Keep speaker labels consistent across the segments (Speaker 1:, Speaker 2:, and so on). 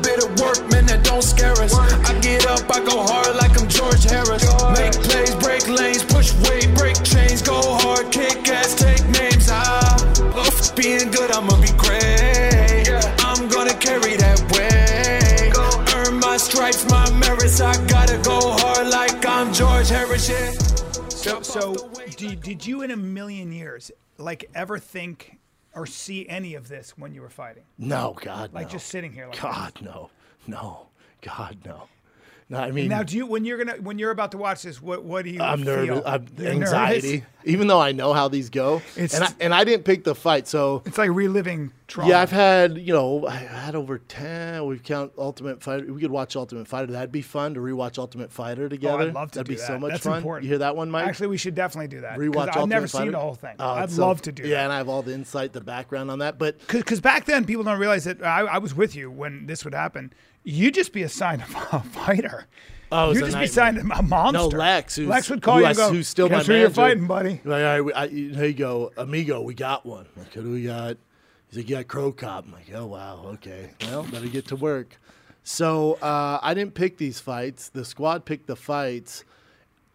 Speaker 1: Workmen that don't scare us. I get up, I go hard like I'm George Harris. Make plays, break lanes, push weight, break chains, go hard, kick ass, take names. Ah, off being good, I'ma be great. I'm gonna carry that weight. Earn my stripes, my merits. I gotta go hard like I'm George Harris. Yeah.
Speaker 2: So, so did, did you in a million years like ever think or see any of this when you were fighting?
Speaker 3: No, God,
Speaker 2: Like
Speaker 3: no.
Speaker 2: just sitting here like
Speaker 3: God, no, no, God, no. No, I mean,
Speaker 2: Now, do you when you're gonna when you're about to watch this? What what do you?
Speaker 3: Mm.
Speaker 2: feel?
Speaker 3: I'm nervous. I'm,
Speaker 2: You're nervous?
Speaker 3: anxiety, even though I know how these go,
Speaker 2: It's-
Speaker 3: and I, and I didn't pick the fight, so
Speaker 2: It's like reliving trauma.
Speaker 3: yeah, I've had you know I had over ten. We count Ultimate Fighter. We could watch Ultimate Fighter. That'd be fun to rewatch Ultimate Fighter together.
Speaker 2: Oh, I'd love to
Speaker 3: That'd
Speaker 2: do
Speaker 3: be so
Speaker 2: that.
Speaker 3: much
Speaker 2: That's
Speaker 3: fun.
Speaker 2: important.
Speaker 3: You hear that one, Mike?
Speaker 2: Actually, we should definitely do that. 'cause
Speaker 3: Rewatch
Speaker 2: I've
Speaker 3: Ultimate
Speaker 2: never
Speaker 3: Fighter.
Speaker 2: seen the whole thing.
Speaker 3: Oh,
Speaker 2: I'd
Speaker 3: it's so-
Speaker 2: love to do.
Speaker 3: Yeah, and I have all the insight, the background on that. But
Speaker 2: Because back then, people don't realize that I, I was with you when this would happen. You'd just be assigned a fighter.
Speaker 3: Oh, it was
Speaker 2: You'd
Speaker 3: a
Speaker 2: just be
Speaker 3: nightmare.
Speaker 2: assigned a monster.
Speaker 3: no, Lex, who's,
Speaker 2: Lex would call
Speaker 3: who
Speaker 2: you
Speaker 3: I-
Speaker 2: and go,
Speaker 3: who's still
Speaker 2: Guess who
Speaker 3: my manager.
Speaker 2: you're fighting, buddy?
Speaker 3: Like, all right, I, you know, you go, amigo, we got one. Like, who do we got? He's like, yeah, Crow Cop. I'm like, oh wow, okay. Well, better get to work. So uh, I didn't pick these fights. The squad picked the fights.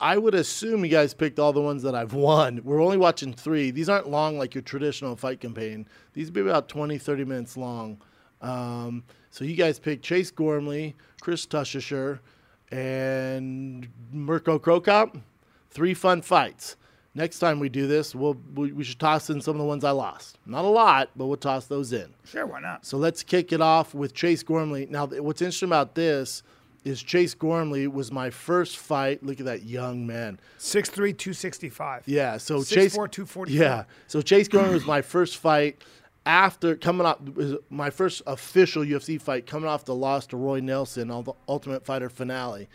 Speaker 3: I would assume you guys picked all the ones that I've won. We're only watching three. These aren't long like your traditional fight campaign. These would be about 20, 30 minutes long. Um, so you guys picked Chase Gormley, Chris Tushisher, and Mirko Krokop. Three fun fights. Next time we do this, we'll, we, we should toss in some of the ones I lost. Not a lot, but we'll toss those in.
Speaker 2: Sure, why not?
Speaker 3: So let's kick it off with Chase Gormley. Now, th- what's interesting about this is Chase Gormley was my first fight. Look at that young man.
Speaker 2: Six three two sixty five.
Speaker 3: Yeah. So
Speaker 2: 6'4",
Speaker 3: Chase.
Speaker 2: 244.
Speaker 3: Yeah. So Chase Gormley was my first fight after coming off was my first official UFC fight coming off the loss to Roy Nelson on the Ultimate Fighter finale.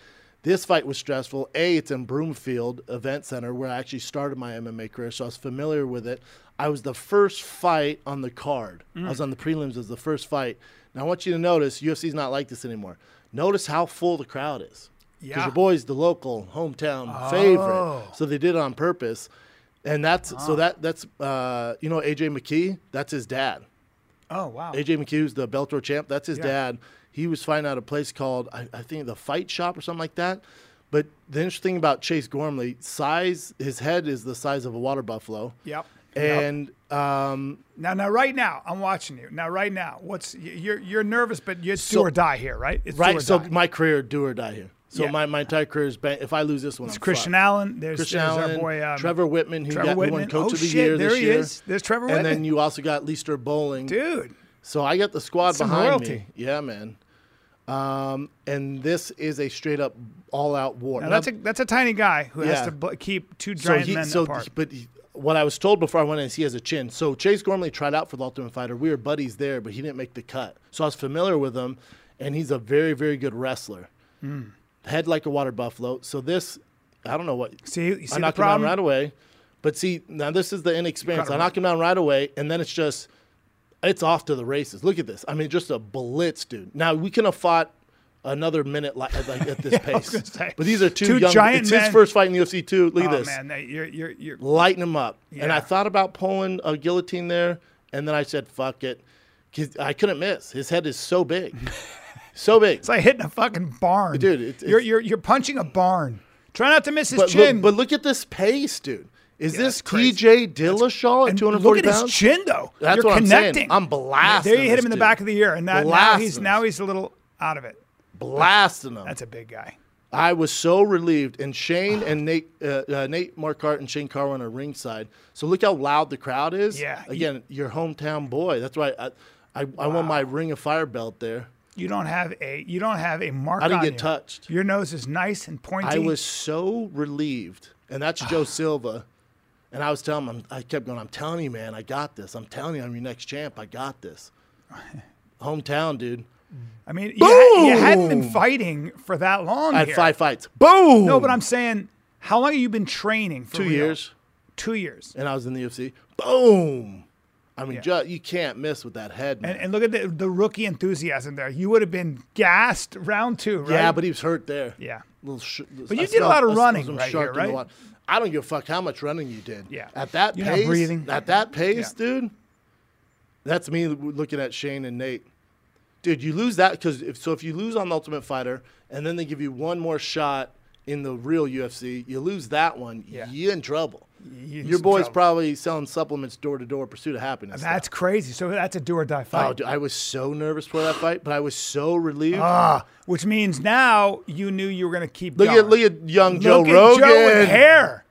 Speaker 3: This fight was stressful. A, it's in Broomfield Event Center where I actually started my MMA career, so I was familiar with it. I was the first fight on the card. I
Speaker 2: Mm.
Speaker 3: was on the prelims as the first fight. Now I want you to notice UFC's not like this anymore. Notice how full the crowd is. 'Cause
Speaker 2: Yeah.
Speaker 3: your boy's the local hometown
Speaker 2: Oh.
Speaker 3: favorite. So they did it on purpose. And that's so that that's uh, you know AJ McKee, that's his dad.
Speaker 2: Oh wow.
Speaker 3: AJ McHugh's the Bellator champ. That's his
Speaker 2: Yeah.
Speaker 3: dad. He was fighting out a place called I, I think the Fight Shop or something like that. But the interesting thing about Chase Gormley, size his head is the size of a water buffalo.
Speaker 2: Yep.
Speaker 3: And um,
Speaker 2: Now, now, right now, I'm watching you. Now, right now, what's y- you're you're nervous, but you're
Speaker 3: So-
Speaker 2: do or die here, right? It's do or
Speaker 3: right, so
Speaker 2: die.
Speaker 3: my career do or die here. So
Speaker 2: Yeah.
Speaker 3: my, my entire career is bang, if I lose this one, it's I'm
Speaker 2: Christian
Speaker 3: fucked.
Speaker 2: Allen. There's,
Speaker 3: Christian
Speaker 2: there's
Speaker 3: Allen,
Speaker 2: our boy um,
Speaker 3: Trevor Whitman, who
Speaker 2: Trevor
Speaker 3: got who
Speaker 2: Whitman.
Speaker 3: won Coach
Speaker 2: Oh,
Speaker 3: of the
Speaker 2: shit,
Speaker 3: Year
Speaker 2: there
Speaker 3: this
Speaker 2: he
Speaker 3: year.
Speaker 2: is. There's Trevor
Speaker 3: and
Speaker 2: Whitman.
Speaker 3: then you also got Leister Bowling.
Speaker 2: dude.
Speaker 3: So I got the squad
Speaker 2: Some
Speaker 3: behind me.
Speaker 2: royalty.
Speaker 3: Yeah, man. Um, and this is a straight up all out war.
Speaker 2: Now
Speaker 3: Now,
Speaker 2: that's a that's a tiny guy who has
Speaker 3: Yeah.
Speaker 2: to bl- keep two
Speaker 3: so
Speaker 2: giant
Speaker 3: he,
Speaker 2: men
Speaker 3: so
Speaker 2: apart.
Speaker 3: but he- what I was told before I went in is he has a chin. So Chase Gormley tried out for the Ultimate Fighter. We were buddies there, but he didn't make the cut. So I was familiar with him, and he's a very very good wrestler.
Speaker 2: Hmm.
Speaker 3: Head like a water buffalo. So this, I don't know what.
Speaker 2: See- you see
Speaker 3: I
Speaker 2: the
Speaker 3: knocked him
Speaker 2: problem?
Speaker 3: down right away. But see, now this is the inexperience.
Speaker 2: Gotta
Speaker 3: I knock him down right away, and then it's just, it's off to the races. Look at this. I mean, just a blitz, dude. Now we can have fought another minute like, like at this pace.
Speaker 2: gonna say.
Speaker 3: But these are two,
Speaker 2: Two
Speaker 3: young.
Speaker 2: giant
Speaker 3: it's his
Speaker 2: men.
Speaker 3: first fight in the UFC too. Look at
Speaker 2: oh
Speaker 3: this
Speaker 2: man, that- you're you're you're
Speaker 3: lighten them up. And I
Speaker 2: Yeah.
Speaker 3: thought about pulling a guillotine there, and then I said, "Fuck it," 'Cause I couldn't miss. His head is so big, so big.
Speaker 2: It's like hitting a fucking barn,
Speaker 3: Dude, it's-
Speaker 2: you're
Speaker 3: it's-
Speaker 2: you're you're punching a barn. Try not to miss his
Speaker 3: but,
Speaker 2: chin.
Speaker 3: look, but look at this pace, dude. Is this
Speaker 2: that's crazy.
Speaker 3: T.J. Dillashaw at
Speaker 2: And
Speaker 3: 240
Speaker 2: look at
Speaker 3: pounds?
Speaker 2: his chin, though.
Speaker 3: That's
Speaker 2: you're
Speaker 3: what I'm saying.
Speaker 2: connecting.
Speaker 3: I'm blasting
Speaker 2: There you hit
Speaker 3: this
Speaker 2: him in the
Speaker 3: dude.
Speaker 2: back of the ear, and that, now he's
Speaker 3: Blasting
Speaker 2: now
Speaker 3: this.
Speaker 2: he's a little out of it.
Speaker 3: Blasting him.
Speaker 2: That's a big guy.
Speaker 3: I was so relieved, and Shane and Nate, uh, uh, Nate Markart and Shane Carwin are ringside. So look how loud the crowd is.
Speaker 2: Yeah.
Speaker 3: Again, your hometown boy. That's why I, I, I won my Ring of Fire belt there.
Speaker 2: You don't have a you don't have a mark.
Speaker 3: I didn't
Speaker 2: on
Speaker 3: get
Speaker 2: you.
Speaker 3: touched.
Speaker 2: Your nose is nice and pointy.
Speaker 3: I was so relieved, and that's Joe Silva. And I was telling him, I kept going, I'm telling you, man, I got this. I'm telling you, I'm your next champ. I got this. Hometown, dude.
Speaker 2: I mean, you, ha- you hadn't been
Speaker 3: Boom!
Speaker 2: fighting for that long.
Speaker 3: I had
Speaker 2: here.
Speaker 3: five fights. Boom!
Speaker 2: No, but I'm saying, how long have you been training? For
Speaker 3: two
Speaker 2: real?
Speaker 3: years,
Speaker 2: Two years.
Speaker 3: and I was in the UFC. Boom! I mean,
Speaker 2: Yeah.
Speaker 3: Joe, you can't miss with that head, man.
Speaker 2: And, and look at the, the rookie enthusiasm there. You would have been gassed round two, right?
Speaker 3: Yeah, but he was hurt there.
Speaker 2: Yeah.
Speaker 3: Little sh-
Speaker 2: you did a lot of running right here, right?
Speaker 3: I don't give a fuck how much running you did.
Speaker 2: Yeah.
Speaker 3: At that
Speaker 2: You're not
Speaker 3: pace,
Speaker 2: breathing.
Speaker 3: at that pace,
Speaker 2: Yeah.
Speaker 3: dude. That's me looking at Shane and Nate. Dude, you lose that because if so, if you lose on the Ultimate Fighter and then they give you one more shot in the real UFC, you lose that one,
Speaker 2: Yeah.
Speaker 3: you're in trouble.
Speaker 2: you're in
Speaker 3: Your
Speaker 2: some
Speaker 3: boy's
Speaker 2: trouble.
Speaker 3: probably selling supplements door to door, pursuit of happiness. now.
Speaker 2: That's crazy. So that's a do or die
Speaker 3: Oh,
Speaker 2: fight.
Speaker 3: dude, I was so nervous for that fight, but I was so relieved.
Speaker 2: Which means now you knew you were going to keep
Speaker 3: look
Speaker 2: going.
Speaker 3: at look at young Joe
Speaker 2: Look
Speaker 3: Rogan.
Speaker 2: at Joe with hair.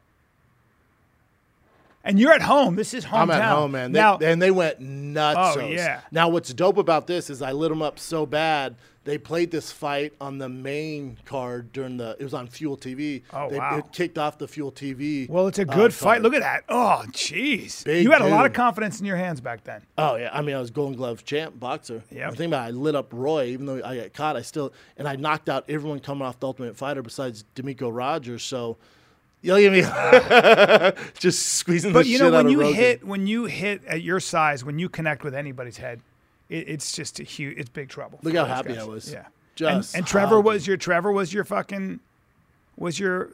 Speaker 2: And you're at home. This is hometown.
Speaker 3: I'm at home, man. They,
Speaker 2: now,
Speaker 3: and they went nuts.
Speaker 2: Oh, yeah.
Speaker 3: Now, what's dope about this is I lit them up so bad. They played this fight on the main card during the. It was on Fuel TV.
Speaker 2: Oh,
Speaker 3: they,
Speaker 2: wow.
Speaker 3: It kicked off the Fuel TV.
Speaker 2: well, it's a
Speaker 3: uh,
Speaker 2: good fight.
Speaker 3: card.
Speaker 2: Look at that. Oh, jeez.
Speaker 3: Big
Speaker 2: You had a lot of
Speaker 3: dude.
Speaker 2: confidence in your hands back then.
Speaker 3: Oh yeah, I mean I was Golden Glove champ boxer.
Speaker 2: Yep.
Speaker 3: The thing about it, I lit up Roy, even though I got caught, I still and I knocked out everyone coming off the Ultimate Fighter besides D'Amico Rogers. So, you know what I mean? Just squeezing
Speaker 2: But
Speaker 3: the
Speaker 2: you
Speaker 3: shit
Speaker 2: know
Speaker 3: out
Speaker 2: when
Speaker 3: of
Speaker 2: you
Speaker 3: Rogan.
Speaker 2: hit when you hit at your size when you connect with anybody's head, it, it's just a huge. It's big trouble.
Speaker 3: Look
Speaker 2: for
Speaker 3: how
Speaker 2: those
Speaker 3: happy
Speaker 2: guys.
Speaker 3: I was.
Speaker 2: Yeah. And,
Speaker 3: Just
Speaker 2: and Trevor
Speaker 3: happy.
Speaker 2: was your Trevor was your fucking was your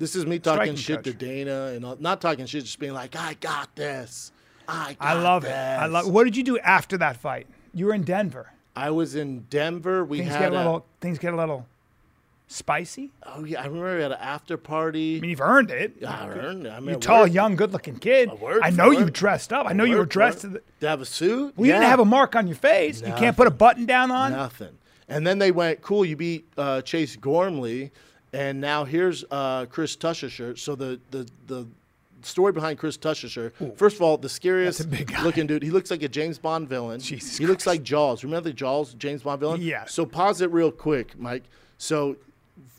Speaker 3: This is me
Speaker 2: Striking
Speaker 3: talking shit to
Speaker 2: coach.
Speaker 3: Dana and all, not talking shit, just being like, I got this. I got
Speaker 2: I love
Speaker 3: this.
Speaker 2: it. I love. What did you do after that fight? You were in Denver.
Speaker 3: I was in Denver. We
Speaker 2: Things
Speaker 3: had
Speaker 2: get a
Speaker 3: a,
Speaker 2: little. Things get a little spicy. I
Speaker 3: oh yeah, I remember we had an after party.
Speaker 2: mean, you've earned it.
Speaker 3: I earned it. I mean,
Speaker 2: You're
Speaker 3: it
Speaker 2: tall,
Speaker 3: worked.
Speaker 2: young, good-looking kid.
Speaker 3: worked,
Speaker 2: I know
Speaker 3: it
Speaker 2: you
Speaker 3: worked.
Speaker 2: dressed up. I know you were
Speaker 3: Worked,
Speaker 2: dressed. To
Speaker 3: worked.
Speaker 2: the,
Speaker 3: to have a suit.
Speaker 2: well, you didn't
Speaker 3: Yeah.
Speaker 2: have a mark on your face. You can't put a button down on.
Speaker 3: nothing. And then they went, cool, you beat uh, Chase Gormley, and now here's uh, Chris Tushisher. So the the the story behind Chris Tushisher. First of all, the scariest
Speaker 2: big guy.
Speaker 3: looking dude. He looks like a James Bond villain.
Speaker 2: Jesus
Speaker 3: he looks like Jaws. Remember the Jaws James Bond villain?
Speaker 2: Yeah.
Speaker 3: So pause it real quick, Mike. So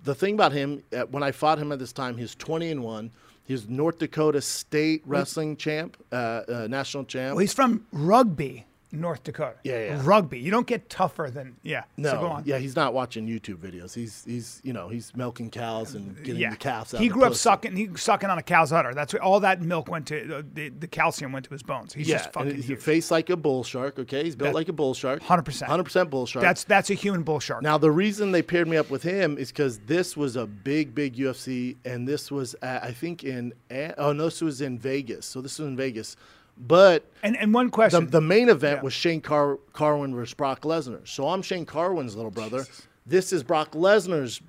Speaker 3: the thing about him, uh, when I fought him at this time, he's 20 and one. He's North Dakota State wrestling champ, uh, uh, national champ.
Speaker 2: Well, he's from Rugby, North Dakota.
Speaker 3: Yeah, yeah.
Speaker 2: Rugby. You don't get tougher than yeah.
Speaker 3: No,
Speaker 2: So go on.
Speaker 3: yeah, he's not watching YouTube videos. He's he's you know he's milking cows and getting
Speaker 2: Yeah.
Speaker 3: the calves out.
Speaker 2: he
Speaker 3: of the
Speaker 2: grew up
Speaker 3: pussy.
Speaker 2: sucking. He was sucking on a cow's udder. That's where all that milk went to. The, the calcium went to his bones. He's
Speaker 3: Yeah,
Speaker 2: just fucking
Speaker 3: and he's
Speaker 2: huge.
Speaker 3: faced like a bull shark. Okay, he's built
Speaker 2: That-
Speaker 3: like a bull shark.
Speaker 2: 100%.
Speaker 3: hundred percent bull shark.
Speaker 2: That's that's a human bull shark.
Speaker 3: now the reason they paired me up with him is because this was a big, big UFC, and this was at, I think in An- oh no, this was in Vegas. So this was in Vegas, but
Speaker 2: and and one
Speaker 3: the,
Speaker 2: question.
Speaker 3: the main event was Shane Car- Carwin versus Brock Lesnar. So I'm Shane Carwin's little brother. This is Brock Lesnar's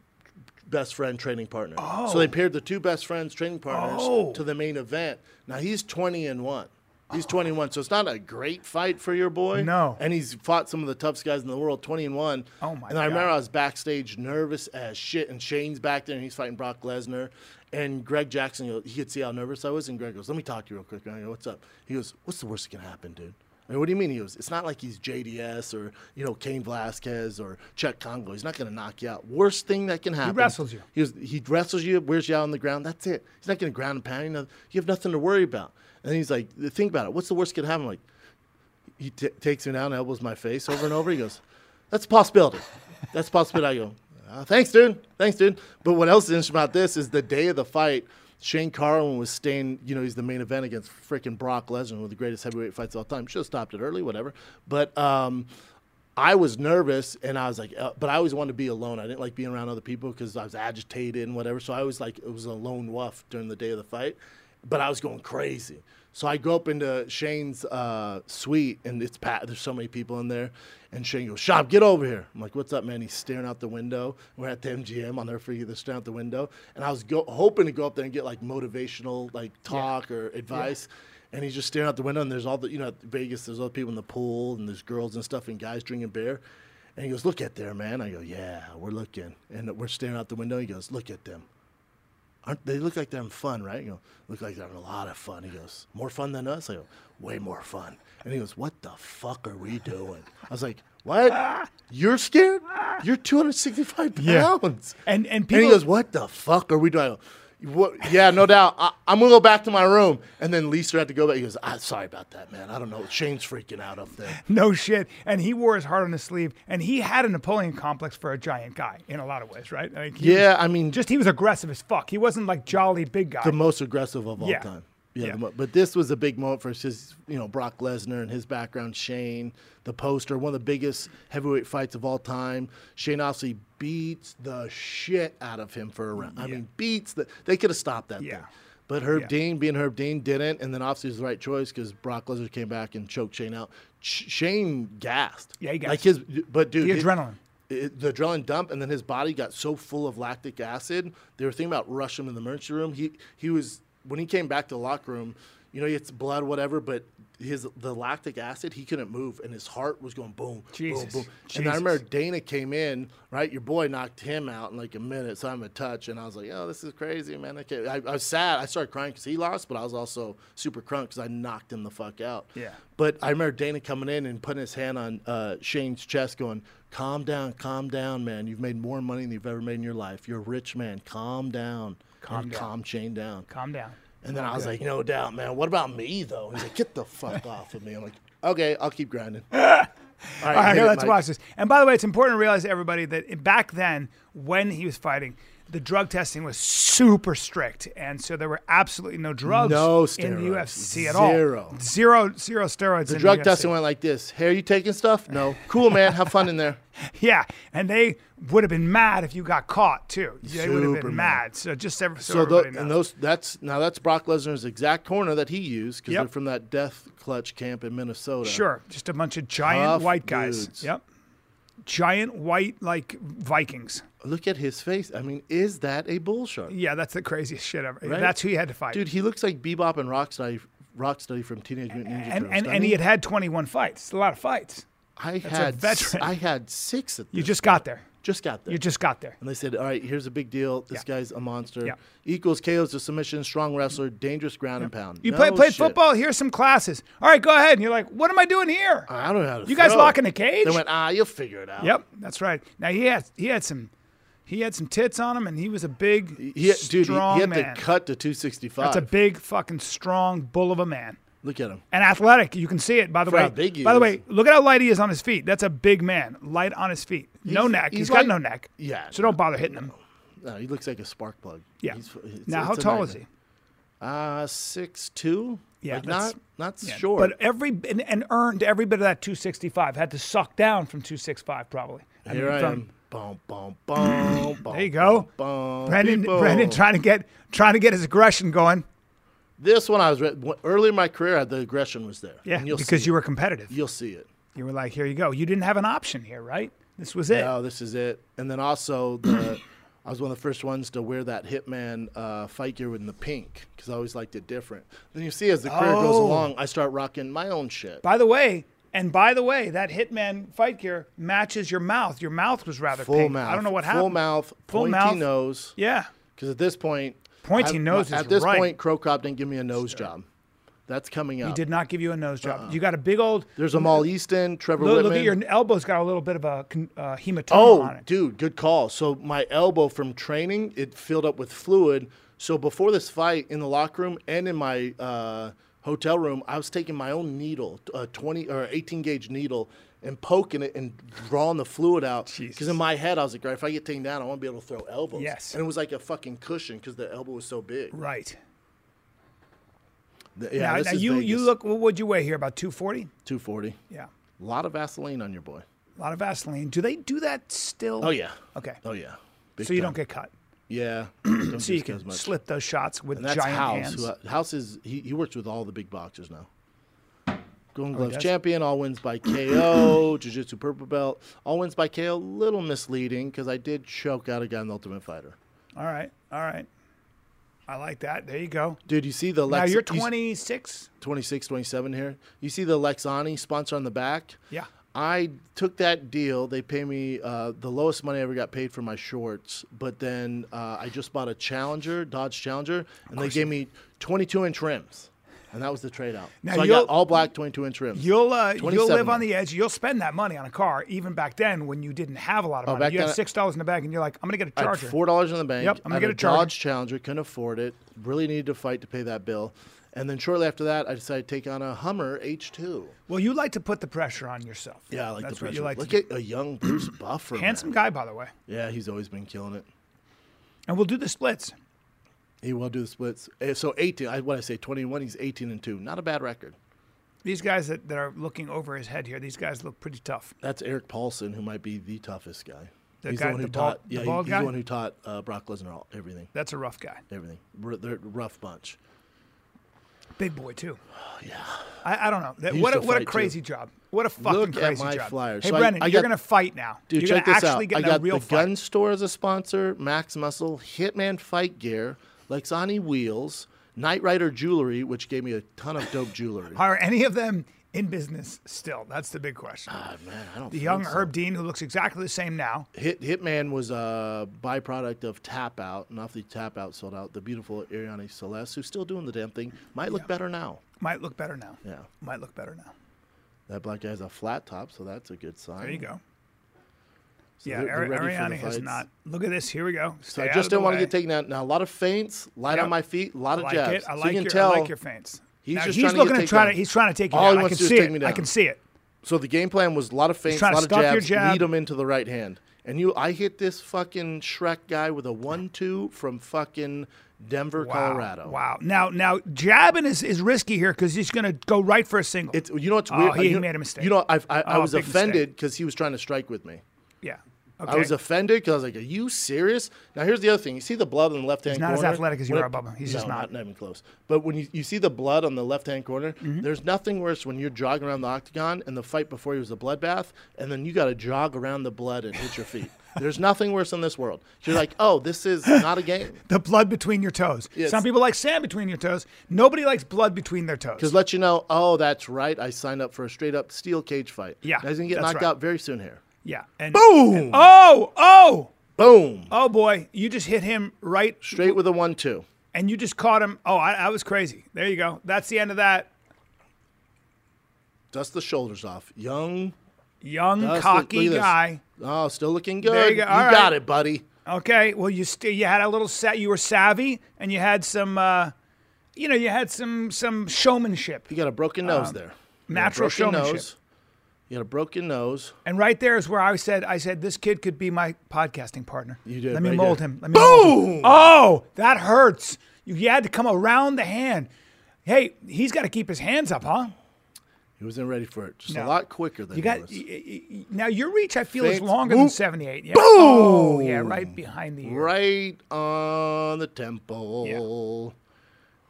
Speaker 3: best friend training partner. So they paired the two best friends training partners
Speaker 2: Oh.
Speaker 3: to the main event. Now he's 20 and 1. He's 21, so it's not a great fight for your boy.
Speaker 2: No.
Speaker 3: and he's fought some of the toughest guys in the world, 20 and one.
Speaker 2: Oh, my
Speaker 3: And I
Speaker 2: God.
Speaker 3: remember I was backstage, nervous as shit, and Shane's back there, and he's fighting Brock Lesnar, and Greg Jackson. goes- He could see how nervous I was, and Greg goes, "Let me talk to you real quick." And I go, "What's up?" He goes, "What's the worst that can happen, dude?" I mean, what do you mean? He goes, "It's not like he's JDS or you know Kane Velasquez or Chuck Congo. He's not going to knock you out. Worst thing that can happen."
Speaker 2: wrestles you.
Speaker 3: He, was, he wrestles you, wears you out on the ground. That's it. He's not going to ground and pound you. nothing- You have nothing to worry about. And he's like, think about it. What's the worst that could happen? I'm like, he t- takes me down, elbows my face over and over. He goes, "That's a possibility. That's a possibility." I go, "Uh, "Thanks, dude. Thanks, dude." But what else is interesting about this is the day of the fight, Shane Carwin was staying. You know, he's the main event against freaking Brock Lesnar, one of the greatest heavyweight fights of all time. Should have stopped it early, whatever. But um, I was nervous, and I was like, uh, but I always wanted to be alone. I didn't like being around other people because I was agitated and whatever. So I was like, it was a lone wolf during the day of the fight but I was going crazy. So I go up into Shane's uh, suite, and it's pat. There's so many people in there, and Shane goes, "Shop, get over here." I'm like, "What's up, man?" He's staring out the window. We're at the MGM. I'll never forget. They're staring out the window, and I was go- hoping to go up there and get like motivational, like talk or advice. And he's just staring out the window, and there's all the you know at Vegas. There's other people in the pool, and there's girls and stuff, and guys drinking beer. And he goes, "Look at there, man." I go, "Yeah, we're looking," and we're staring out the window. He goes, "Look at them." aren't they look like they're having fun, right? You go, look like they're having a lot of fun. He goes, more fun than us? I go, way more fun. And he goes, what the fuck are we doing? I was like, what? You're scared? You're 265
Speaker 2: Yeah.
Speaker 3: pounds.
Speaker 2: And- and
Speaker 3: he
Speaker 2: people-
Speaker 3: goes, what the fuck are we doing? I go, what? Yeah, no doubt. I, I'm gonna go back to my room, and then Lisa had to go back. He goes, "I'm sorry about that, man. I don't know. Shane's freaking out up there."
Speaker 2: no shit. And he wore his heart on his sleeve. And he had a Napoleon complex for a giant guy in a lot of ways, right? Like he was-
Speaker 3: Yeah, I mean,
Speaker 2: just he was aggressive as fuck. He wasn't like jolly big guy.
Speaker 3: the most aggressive of all
Speaker 2: Yeah.
Speaker 3: time. Yeah,
Speaker 2: Yeah.
Speaker 3: The mo- but this was a big moment for us. Just you know, Brock Lesnar and his background, Shane, the poster, one of the biggest heavyweight fights of all time. Shane obviously beats the shit out of him for a round. I mean, beats the. They could have stopped that
Speaker 2: Yeah.
Speaker 3: thing. But Herb
Speaker 2: Yeah.
Speaker 3: Dean, being Herb Dean, didn't, and then obviously it was the right choice because Brock Lesnar came back and choked Shane out. Sh- Shane gassed.
Speaker 2: Yeah, he
Speaker 3: Like
Speaker 2: gassed.
Speaker 3: his, but dude,
Speaker 2: The
Speaker 3: it-
Speaker 2: adrenaline.
Speaker 3: it- the adrenaline dump, and then his body got so full of lactic acid. They were thinking about rushing him in the emergency room. He he was when he came back to the locker room. You know, it's blood, whatever, but his the lactic acid, he couldn't move, and his heart was going boom,
Speaker 2: Jesus.
Speaker 3: boom, boom. And I remember
Speaker 2: Jesus.
Speaker 3: Dana came in, right? Your boy knocked him out in like a minute, so I'm a touch, and I was like, "Oh, this is crazy, man." I, can't. I, I was sad. I started crying because he lost, but I was also super crunk because I knocked him the fuck out.
Speaker 2: Yeah.
Speaker 3: But I remember Dana coming in and putting his hand on uh, Shane's chest, going, "Calm down, calm down, man. You've made more money than you've ever made in your life. You're a rich man. Calm down, calm,
Speaker 2: down.
Speaker 3: calm Shane down."
Speaker 2: Calm down.
Speaker 3: And then I was like, "No doubt, man. What about me, though?" He's like, "Get the fuck off of me." I'm like, "Okay, I'll keep grinding." All right,
Speaker 2: All right,
Speaker 3: hit
Speaker 2: here,
Speaker 3: it,
Speaker 2: let's
Speaker 3: Mike.
Speaker 2: watch this. And by the way, it's important to realize, everybody, that it- back then, when he was fighting, the drug testing was super strict, and so there were absolutely no drugs
Speaker 3: No
Speaker 2: in the
Speaker 3: steroids.
Speaker 2: UFC at
Speaker 3: Zero.
Speaker 2: all. Zero, zero steroids. in
Speaker 3: Drug
Speaker 2: the UFC.
Speaker 3: testing went like this. Hey, are you taking stuff? No. Cool, man. Have fun in there.
Speaker 2: Yeah, and they would have been mad if you got caught too. They would have
Speaker 3: Super
Speaker 2: been
Speaker 3: mad.
Speaker 2: mad. So just every, so,
Speaker 3: So tho-
Speaker 2: everybody
Speaker 3: and
Speaker 2: knows.
Speaker 3: those that's now that's Brock Lesnar's exact corner that he used because
Speaker 2: Yep.
Speaker 3: they're from that death clutch camp in Minnesota.
Speaker 2: Sure, just a bunch of giant
Speaker 3: Tough
Speaker 2: white guys.
Speaker 3: dudes.
Speaker 2: Yep, giant white like Vikings.
Speaker 3: Look at his face. I mean, is that a bull shark?
Speaker 2: Yeah, that's the craziest shit ever.
Speaker 3: Right?
Speaker 2: That's who you had to fight.
Speaker 3: Dude, he looks like Bebop and Rocksteady, Rocksteady from Teenage Mutant Ninja
Speaker 2: and
Speaker 3: Turtles.
Speaker 2: and,
Speaker 3: I
Speaker 2: and he
Speaker 3: mean,
Speaker 2: had had 21 fights. It's a lot of fights.
Speaker 3: I had s-
Speaker 2: veteran.
Speaker 3: I had six. At
Speaker 2: You
Speaker 3: this
Speaker 2: just
Speaker 3: point.
Speaker 2: got there.
Speaker 3: just got there.
Speaker 2: You just got there.
Speaker 3: And they said, "All right, here's a big deal. This
Speaker 2: Yeah.
Speaker 3: guy's a monster.
Speaker 2: Yeah.
Speaker 3: Equals KO's a submission, strong wrestler, dangerous ground and pound.
Speaker 2: You
Speaker 3: No
Speaker 2: play, played
Speaker 3: shit.
Speaker 2: football. Here's some classes. All right, go ahead. And you're like, what am I doing here?
Speaker 3: I don't know how to.
Speaker 2: You guys
Speaker 3: throw.
Speaker 2: lock in a cage?
Speaker 3: They went, ah, you'll figure it out.
Speaker 2: Yep, that's right. Now he had he had some he had some tits on him, and he was a big,
Speaker 3: He, dude, he,
Speaker 2: strong
Speaker 3: he had
Speaker 2: man.
Speaker 3: to cut to 265.
Speaker 2: That's a big fucking strong bull of a man.
Speaker 3: Look at him.
Speaker 2: And athletic, you can see it. By the
Speaker 3: For
Speaker 2: way,
Speaker 3: how big he
Speaker 2: by the
Speaker 3: is.
Speaker 2: way, look at how light he is on his feet. That's a big man, light on his feet. No
Speaker 3: He's-
Speaker 2: neck.
Speaker 3: he's
Speaker 2: he's got
Speaker 3: like-
Speaker 2: no neck.
Speaker 3: Yeah.
Speaker 2: So don't bother hitting him.
Speaker 3: No, he looks like a spark plug.
Speaker 2: Yeah.
Speaker 3: He's- it's-
Speaker 2: now, how
Speaker 3: it's a
Speaker 2: tall is he?
Speaker 3: nightmare. Uh, six two.
Speaker 2: Yeah,
Speaker 3: Like
Speaker 2: that's-
Speaker 3: not not
Speaker 2: Yeah,
Speaker 3: short.
Speaker 2: But every and, and earned every bit of that 265 had to suck down from 265 probably. I
Speaker 3: Here
Speaker 2: mean,
Speaker 3: I
Speaker 2: from-
Speaker 3: am. Boom, boom, boom, boom.
Speaker 2: There you go.
Speaker 3: Boom,
Speaker 2: Brendan
Speaker 3: people.
Speaker 2: Brendan trying to get trying to get his aggression going.
Speaker 3: This one I was re- w- early in my career. The aggression was there.
Speaker 2: Yeah,
Speaker 3: And you'll
Speaker 2: because
Speaker 3: see
Speaker 2: you
Speaker 3: it.
Speaker 2: were competitive.
Speaker 3: you'll see it.
Speaker 2: You were like, here you go. You didn't have an option here, right? This was it.
Speaker 3: Oh, this is it. And then also the. I was one of the first ones to wear that Hitman uh, fight gear in the pink because I always liked it different. Then you see, as the career goes
Speaker 2: Oh.
Speaker 3: along, I start rocking my own shit.
Speaker 2: By the way, and by the way, that Hitman fight gear matches your mouth. Your mouth was rather
Speaker 3: Full
Speaker 2: pink.
Speaker 3: mouth.
Speaker 2: I don't know what
Speaker 3: full
Speaker 2: happened.
Speaker 3: mouth,
Speaker 2: Full
Speaker 3: pointy
Speaker 2: mouth.
Speaker 3: nose.
Speaker 2: Yeah.
Speaker 3: Because at this point,
Speaker 2: Pointy
Speaker 3: I've-
Speaker 2: nose is
Speaker 3: At this
Speaker 2: right.
Speaker 3: point, Crow Cop didn't give me a nose job. That's coming up.
Speaker 2: He did not give you a nose job. You got a big old.
Speaker 3: There's Amal Easton, Trevor
Speaker 2: Look, look
Speaker 3: uh, Whitman.
Speaker 2: at your elbow's got a little bit of a con- uh, hematoma on
Speaker 3: oh,
Speaker 2: it.
Speaker 3: dude, good call. So my elbow from training it filled up with fluid. So before this fight, in the locker room and in my uh, hotel room, I was taking my own needle, a 20 or 18 gauge needle. And poking it and drawing the fluid out because in my head I was like, right, if I get taken down, I want to be able to throw elbows.
Speaker 2: Yes.
Speaker 3: and it was like a fucking cushion because the elbow was so big.
Speaker 2: Right.
Speaker 3: Th- Yeah,
Speaker 2: now,
Speaker 3: this
Speaker 2: now
Speaker 3: is
Speaker 2: you you
Speaker 3: Vegas.
Speaker 2: look. What would you weigh here? About two forty.
Speaker 3: 240.
Speaker 2: Yeah.
Speaker 3: A lot of Vaseline on your boy.
Speaker 2: A lot of Vaseline. Do they do that still?
Speaker 3: Oh yeah.
Speaker 2: Okay.
Speaker 3: Oh yeah. Big
Speaker 2: so you
Speaker 3: time.
Speaker 2: don't get cut.
Speaker 3: Yeah. don't
Speaker 2: So you
Speaker 3: discuss
Speaker 2: can
Speaker 3: much.
Speaker 2: slip those shots with
Speaker 3: And that's
Speaker 2: giant
Speaker 3: House.
Speaker 2: hands.
Speaker 3: Who, uh, House is he, he works with all the big boxers now. Golden Gloves
Speaker 2: Oh, does?
Speaker 3: champion, all wins by KO, Jiu Jitsu purple belt, all wins by KO. Little misleading because I did choke out a guy in the Ultimate Fighter.
Speaker 2: all right. All right. I like that. There you go.
Speaker 3: Dude, you see the Lex-
Speaker 2: Now you're
Speaker 3: you s-
Speaker 2: 26.
Speaker 3: 26, 27 here. You see the Lexani sponsor on the back?
Speaker 2: Yeah.
Speaker 3: I took that deal. They pay me uh, the lowest money I ever got paid for my shorts, but then uh, I just bought a Challenger, Dodge Challenger, and they gave me 22 inch rims, and that was the trade out.
Speaker 2: Now
Speaker 3: so I
Speaker 2: you'll-
Speaker 3: got all black 22 inch rims.
Speaker 2: You'll uh, you'll
Speaker 3: 27
Speaker 2: live on
Speaker 3: now.
Speaker 2: the edge. You'll spend that money on a car, even back then when you didn't have a lot of money.
Speaker 3: Oh, back
Speaker 2: you had
Speaker 3: then-
Speaker 2: six dollars in the bag, and you're like, I'm gonna get a
Speaker 3: I had
Speaker 2: charger.
Speaker 3: four dollars in the bank.
Speaker 2: Yep, I'm gonna
Speaker 3: I had
Speaker 2: get a Charger.
Speaker 3: Dodge Challenger. Couldn't afford it. Really needed to fight to pay that bill. And then shortly after that, I decided to take on a Hummer H2.
Speaker 2: Well, you like to put the pressure on yourself.
Speaker 3: Yeah, I like
Speaker 2: That's
Speaker 3: the
Speaker 2: what
Speaker 3: pressure.
Speaker 2: you like. to
Speaker 3: Look
Speaker 2: do.
Speaker 3: at a young Bruce Buffer. man.
Speaker 2: handsome guy, by the way.
Speaker 3: Yeah, he's always been killing it.
Speaker 2: And we'll do the splits.
Speaker 3: He will do the splits. Eh, So 18, I, what I say, 21, he's 18 and 2. Not a bad record.
Speaker 2: These guys that, that are looking over his head here, these guys look pretty tough.
Speaker 3: That's Eric Paulson, who might be the toughest guy.
Speaker 2: The
Speaker 3: he's
Speaker 2: guy,
Speaker 3: the one
Speaker 2: the
Speaker 3: who
Speaker 2: bald,
Speaker 3: taught. Yeah,
Speaker 2: the
Speaker 3: he-
Speaker 2: bald
Speaker 3: he's
Speaker 2: guy.
Speaker 3: the one who taught uh, Brock Lesnar all, everything.
Speaker 2: That's a rough guy.
Speaker 3: Everything. R- they're a rough bunch.
Speaker 2: Big boy too.
Speaker 3: Yeah.
Speaker 2: I, I don't know. That,
Speaker 3: He
Speaker 2: what a,
Speaker 3: used to
Speaker 2: what a
Speaker 3: fight, too.
Speaker 2: crazy job. What a fucking
Speaker 3: Look at
Speaker 2: crazy
Speaker 3: my
Speaker 2: job.
Speaker 3: flyer.
Speaker 2: Hey
Speaker 3: So I-
Speaker 2: Brennan,
Speaker 3: I
Speaker 2: you're
Speaker 3: got-
Speaker 2: gonna fight now.
Speaker 3: Dude,
Speaker 2: you're
Speaker 3: check
Speaker 2: gonna
Speaker 3: this
Speaker 2: actually
Speaker 3: out.
Speaker 2: get
Speaker 3: I
Speaker 2: in a
Speaker 3: got
Speaker 2: real
Speaker 3: the
Speaker 2: fight.
Speaker 3: gun store as a sponsor, Max Muscle, Hitman Fight Gear, Lexani Wheels, Knight Rider Jewelry, which gave me a ton of dope jewelry.
Speaker 2: Are any of them in business still? That's the big question.
Speaker 3: Ah, uh, man, I don't
Speaker 2: the young
Speaker 3: think so.
Speaker 2: Herb Dean, who looks exactly the same now,
Speaker 3: Hit Hitman was a byproduct of Tap Out, and after Tap Out sold out, the beautiful Ariane Celeste, who's still doing the damn thing, might look better now.
Speaker 2: might look better now.
Speaker 3: Yeah,
Speaker 2: Might look better now.
Speaker 3: that black guy has a flat top, so that's a good sign.
Speaker 2: There you go.
Speaker 3: So
Speaker 2: yeah,
Speaker 3: they're- they're
Speaker 2: Ari-
Speaker 3: ready for the
Speaker 2: Ariani has
Speaker 3: fights.
Speaker 2: not. Look at this. Here we go.
Speaker 3: So
Speaker 2: Stay
Speaker 3: I
Speaker 2: out
Speaker 3: just
Speaker 2: of the
Speaker 3: didn't want to
Speaker 2: way.
Speaker 3: get taken out. Now a lot of feints, light
Speaker 2: Yeah.
Speaker 3: on my feet, a lot
Speaker 2: I
Speaker 3: of
Speaker 2: like
Speaker 3: jabs.
Speaker 2: it. I
Speaker 3: so you
Speaker 2: like,
Speaker 3: can
Speaker 2: your,
Speaker 3: tell.
Speaker 2: I like your feints.
Speaker 3: he's
Speaker 2: now,
Speaker 3: just
Speaker 2: he's
Speaker 3: trying to get
Speaker 2: looking to
Speaker 3: taken
Speaker 2: try to.
Speaker 3: down.
Speaker 2: He's trying to take you
Speaker 3: All he
Speaker 2: down. I
Speaker 3: wants
Speaker 2: can
Speaker 3: to do
Speaker 2: see
Speaker 3: is
Speaker 2: it.
Speaker 3: take me
Speaker 2: I
Speaker 3: down.
Speaker 2: can see it.
Speaker 3: So the game plan was a lot of feints, a
Speaker 2: trying to
Speaker 3: lot of
Speaker 2: stop your
Speaker 3: jabs,
Speaker 2: jab.
Speaker 3: lead him into the right hand. And you, I hit this fucking Shrek guy with a one-two from fucking Denver,
Speaker 2: Wow.
Speaker 3: Colorado.
Speaker 2: Wow. Now, now jabbing is, is risky here because he's going to go right for a single.
Speaker 3: It's you know what's
Speaker 2: Oh,
Speaker 3: weird.
Speaker 2: he
Speaker 3: you know-
Speaker 2: made a mistake.
Speaker 3: You know, I've, I, I
Speaker 2: Oh,
Speaker 3: was
Speaker 2: big
Speaker 3: offended because he was trying to strike with me.
Speaker 2: yeah.
Speaker 3: I was
Speaker 2: Okay.
Speaker 3: offended because I was like, "Are you serious?" Now here's the other thing: you see the blood on the left hand.
Speaker 2: not as
Speaker 3: corner?
Speaker 2: athletic as you
Speaker 3: When
Speaker 2: are, Bubba. He's
Speaker 3: no,
Speaker 2: just not.
Speaker 3: not even close. But when you, you see the blood on the left hand corner,
Speaker 2: Mm-hmm.
Speaker 3: there's nothing worse when you're jogging around the octagon and the fight before you was a bloodbath, and then you got to jog around the blood and hit your feet. there's nothing worse in this world. You're like, "Oh, this is not a game."
Speaker 2: the blood between your toes.
Speaker 3: Yes.
Speaker 2: Some people like sand between your toes. Nobody likes blood between their toes.
Speaker 3: Just let you know. Oh, that's right. I signed up for a straight up steel cage fight.
Speaker 2: Yeah,
Speaker 3: he's gonna get
Speaker 2: that's
Speaker 3: knocked
Speaker 2: right.
Speaker 3: out very soon here.
Speaker 2: Yeah. And,
Speaker 3: Boom!
Speaker 2: oh, oh,
Speaker 3: Boom!
Speaker 2: oh, boy! You just hit him right,
Speaker 3: Straight with a one-two.
Speaker 2: and you just caught him. Oh, I, I was crazy. There you go. That's the end of that.
Speaker 3: Dust the shoulders off. Young,
Speaker 2: Young,
Speaker 3: Dust it. Look
Speaker 2: cocky
Speaker 3: at this.
Speaker 2: guy.
Speaker 3: Oh, still looking good.
Speaker 2: There you
Speaker 3: you
Speaker 2: go. All right.
Speaker 3: got it, buddy.
Speaker 2: Okay. Well, you st- you had a little set. You were savvy, and you had some. Uh, you know, you had some some showmanship,
Speaker 3: You got a broken nose there. You got a
Speaker 2: Um, natural
Speaker 3: broken
Speaker 2: showmanship.
Speaker 3: You got a broken nose.
Speaker 2: and right there is where I said, I said, this kid could be my podcasting partner.
Speaker 3: You did,
Speaker 2: Let me
Speaker 3: right
Speaker 2: mold
Speaker 3: there.
Speaker 2: him. Let me mold him. Oh, that hurts. You, you had to come around the hand. Hey, he's got to keep his hands up, huh?
Speaker 3: He wasn't ready for it. Just
Speaker 2: No.
Speaker 3: a lot quicker than
Speaker 2: You got
Speaker 3: he was.
Speaker 2: y- y- y- now your reach. I feel is
Speaker 3: Thanks.
Speaker 2: longer than
Speaker 3: Whoop.
Speaker 2: seventy-eight. Yeah. Oh, yeah,
Speaker 3: Boom.
Speaker 2: right behind the ear.
Speaker 3: Right on the temple.